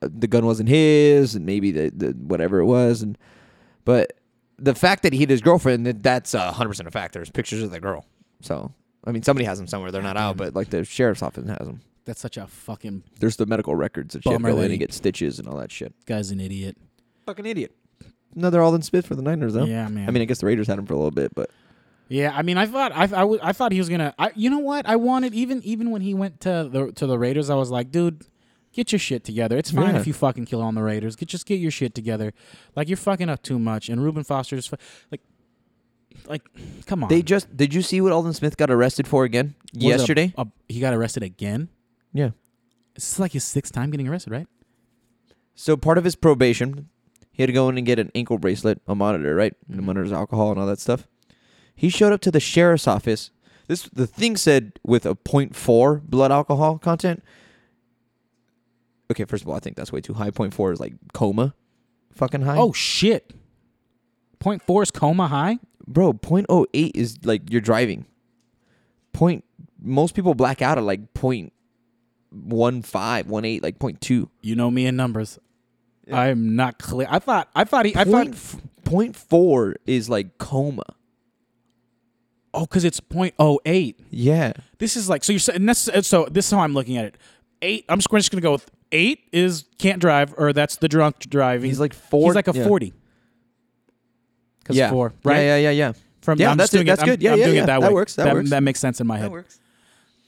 uh, the gun wasn't his, and maybe the, the whatever it was, and but the fact that he hit his girlfriend, that- that's a hundred percent a fact. There's pictures of the girl, so. I mean, somebody has them somewhere. They're not out, but like the sheriff's office has them. that's such a fucking There's the medical records that you have to Bummer go that in he- and get stitches and all that shit. guy's an idiot Fucking idiot. Another all in spit for the Niners, though. yeah man I mean, I guess the Raiders had him for a little bit, but yeah i mean i thought i i, was- I thought he was gonna I, you know what i wanted even even when he went to the to the raiders i was like dude Get your shit together. It's fine Yeah. if you fucking kill on the Raiders. Get just get your shit together. Like you're fucking up too much. And Ruben Foster just fu- like, like, come on. they just did you see what Alden Smith got arrested for again What was it, a- yesterday? a- he got arrested again. yeah. This is like his sixth time getting arrested, right? So part of his probation, he had to go in and get an ankle bracelet, a monitor, right? And Mm-hmm. The monitor's alcohol and all that stuff. He showed up to the sheriff's office. This the thing said with a 0.4 blood alcohol content. Okay, first of all, I think that's way too high. 0.4 is like coma, fucking high. oh shit. Point four is coma high. bro 0.08 is like you're driving point most people black out at like point one five, one eight, like point two. You know me in numbers. I am not clear. I thought. I thought he. I thought. Point f- point four is like coma. Oh, because it's point oh eight. Yeah. This is like so. You're saying this. So this is how I'm looking at it. Eight. I'm just gonna- just gonna go with eight is can't drive or that's the drunk driving. He's like four- He's like a yeah. forty. Because yeah. four, right? Yeah, yeah, yeah, yeah. From yeah, I'm that's just doing it. That's I'm- good. Yeah, I'm yeah, doing yeah. it that way. That works. That, works. makes sense in my head. works.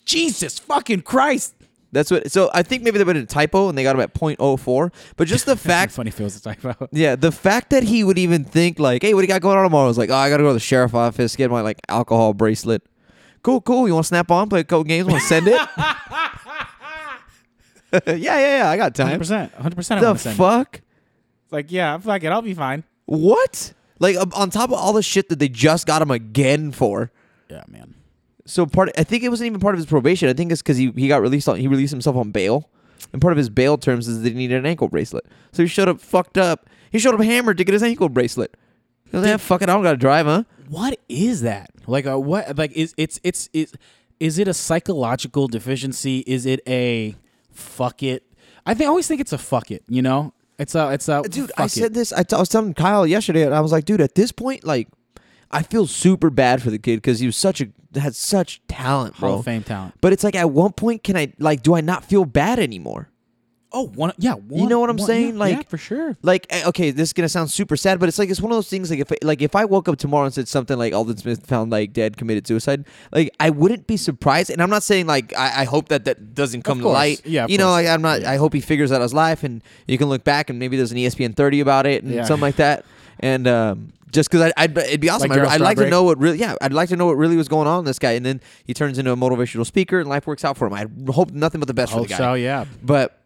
Jesus fucking Christ! That's what. So I think maybe they put a typo and they got him at 0.04. But just the fact, Funny feels to talk about. yeah, the fact that he would even think like, "Hey, what do you got going on tomorrow?" I was like, "Oh, I gotta go to the sheriff office get my like alcohol bracelet." Cool, cool. You want to snap on, play a couple games, want to send it? yeah, yeah, yeah. I got Hundred time. percent. Hundred percent. The fuck? Like yeah, fuck it. I'll be fine. What? Like um, on top of all the shit that they just got him again for. Yeah, man. So part, I think it wasn't even part of his probation. I think it's because he, he got released on he released himself on bail, and part of his bail terms is that he needed an ankle bracelet. So he showed up fucked up. He showed up hammered to get his ankle bracelet. He goes, "Yeah, fuck it, I don't gotta drive, huh? What is that? Like a what? Like is it's it's is is it a psychological deficiency? Is it a fuck it? I think I always think it's a fuck it. You know, it's a it's a Dude, fuck I it. said this. I, t- I was telling Kyle yesterday, and I was like, dude, at this point, like, I feel super bad for the kid because he was such a had such talent, bro. Hall of Fame talent. But it's like, at one point, can I like, do I not feel bad anymore? Oh, one. Yeah, one, You know what I'm one- saying? yeah, like yeah, for sure. Like eh, okay, this is gonna sound super sad, but it's like it's one of those things. Like if like if I woke up tomorrow and said something like Alden Smith found like dead, committed suicide, like I wouldn't be surprised. And I'm not saying like I, I hope that that doesn't come to course. light. Yeah, of you know, course. like I'm not. I hope he figures out his life, and you can look back and maybe there's an E ESPN 30 about it and Yeah. something like that. And um, just because I, I'd, it'd be awesome. Like I'd, Daryl I'd like to Strawberry? know what really. Yeah, I'd like to know what really was going on in this guy. And then he turns into a motivational speaker, and life works out for him. I hope nothing but the best for Oh, the guy. so yeah. But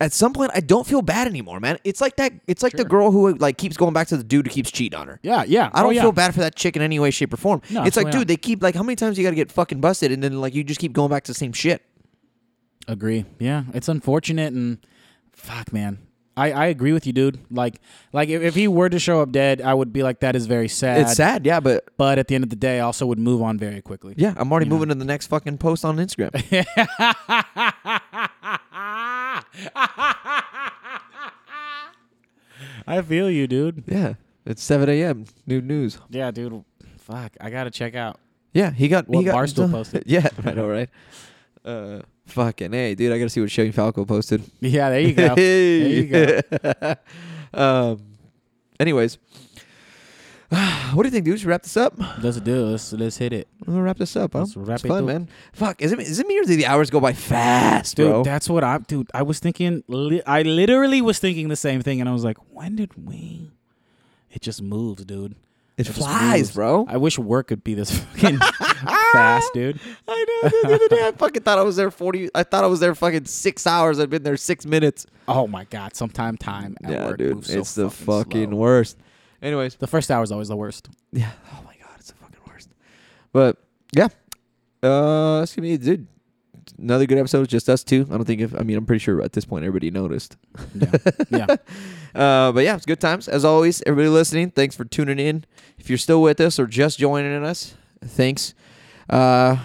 at some point, I don't feel bad anymore, man. It's like that. It's like the girl who like keeps going back to the dude who keeps cheating on her. Yeah, yeah. I Oh, don't yeah. feel bad for that chick in any way, shape, or form. No, oh, it's like, absolutely dude, they keep like how many times you got to get fucking busted, and then like you just keep going back to the same shit. Agree. Yeah, it's unfortunate and fuck, man. I, I agree with you, dude. Like like if, if he were to show up dead, I would be like that is very sad. It's sad, yeah, but But at the end of the day, I also would move on very quickly. yeah, I'm already moving to the next fucking post on Instagram. I feel you, dude. yeah, it's 7 a.m. New news. Yeah, dude. Fuck, I gotta check out. Yeah, he got What he got, Barstool posted. Yeah, I know, right? Uh, fucking hey, dude, I gotta see what Shane Falco posted. Yeah, there you go. there you go. um, anyways, what do you think, dude? Should we wrap this up? Let's do. it. Let's let's hit it, We'll wrap this up. Huh? Let's wrap it's it fun, up. man. Fuck, is it is it me or do the hours go by fast, dude. bro? That's what I, dude. I was thinking. Li- I literally was thinking the same thing, and I was like, when did we? It just moves, dude. it just flies, moves. bro. Ah! I wish work could be this fucking fast, dude. I know. dude, the other day, I fucking thought I was there forty. I thought I was there fucking six hours. I've been there six minutes. Oh my god, sometime time at yeah, work dude, moves so it's the fucking slow. worst. Anyways, The first hour is always the worst. yeah. Oh my god, it's the fucking worst. But yeah, uh, that's gonna be it, dude. Another good episode, just us two. I don't think if I mean I'm pretty sure at this point everybody noticed. Yeah, yeah. Uh, but yeah, it's good times as always. Everybody listening, thanks for tuning in. If you're still with us or just joining us, thanks. Uh,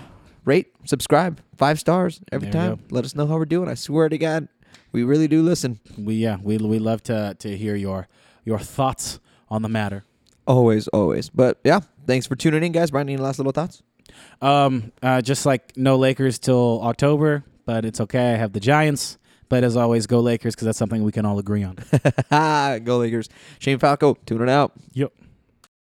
rate, subscribe, five stars every There you time. Let us know how we're doing. I swear to God, we really do listen. We yeah, we we love to to hear your your thoughts on the matter. Always, always. But yeah, thanks for tuning in, guys. Brian, any last little thoughts? Um, uh, just like no Lakers till October, but it's okay. I have the Giants. But as always, go Lakers because that's something we can all agree on. Go Lakers. Shane Falco, tuning out. yep.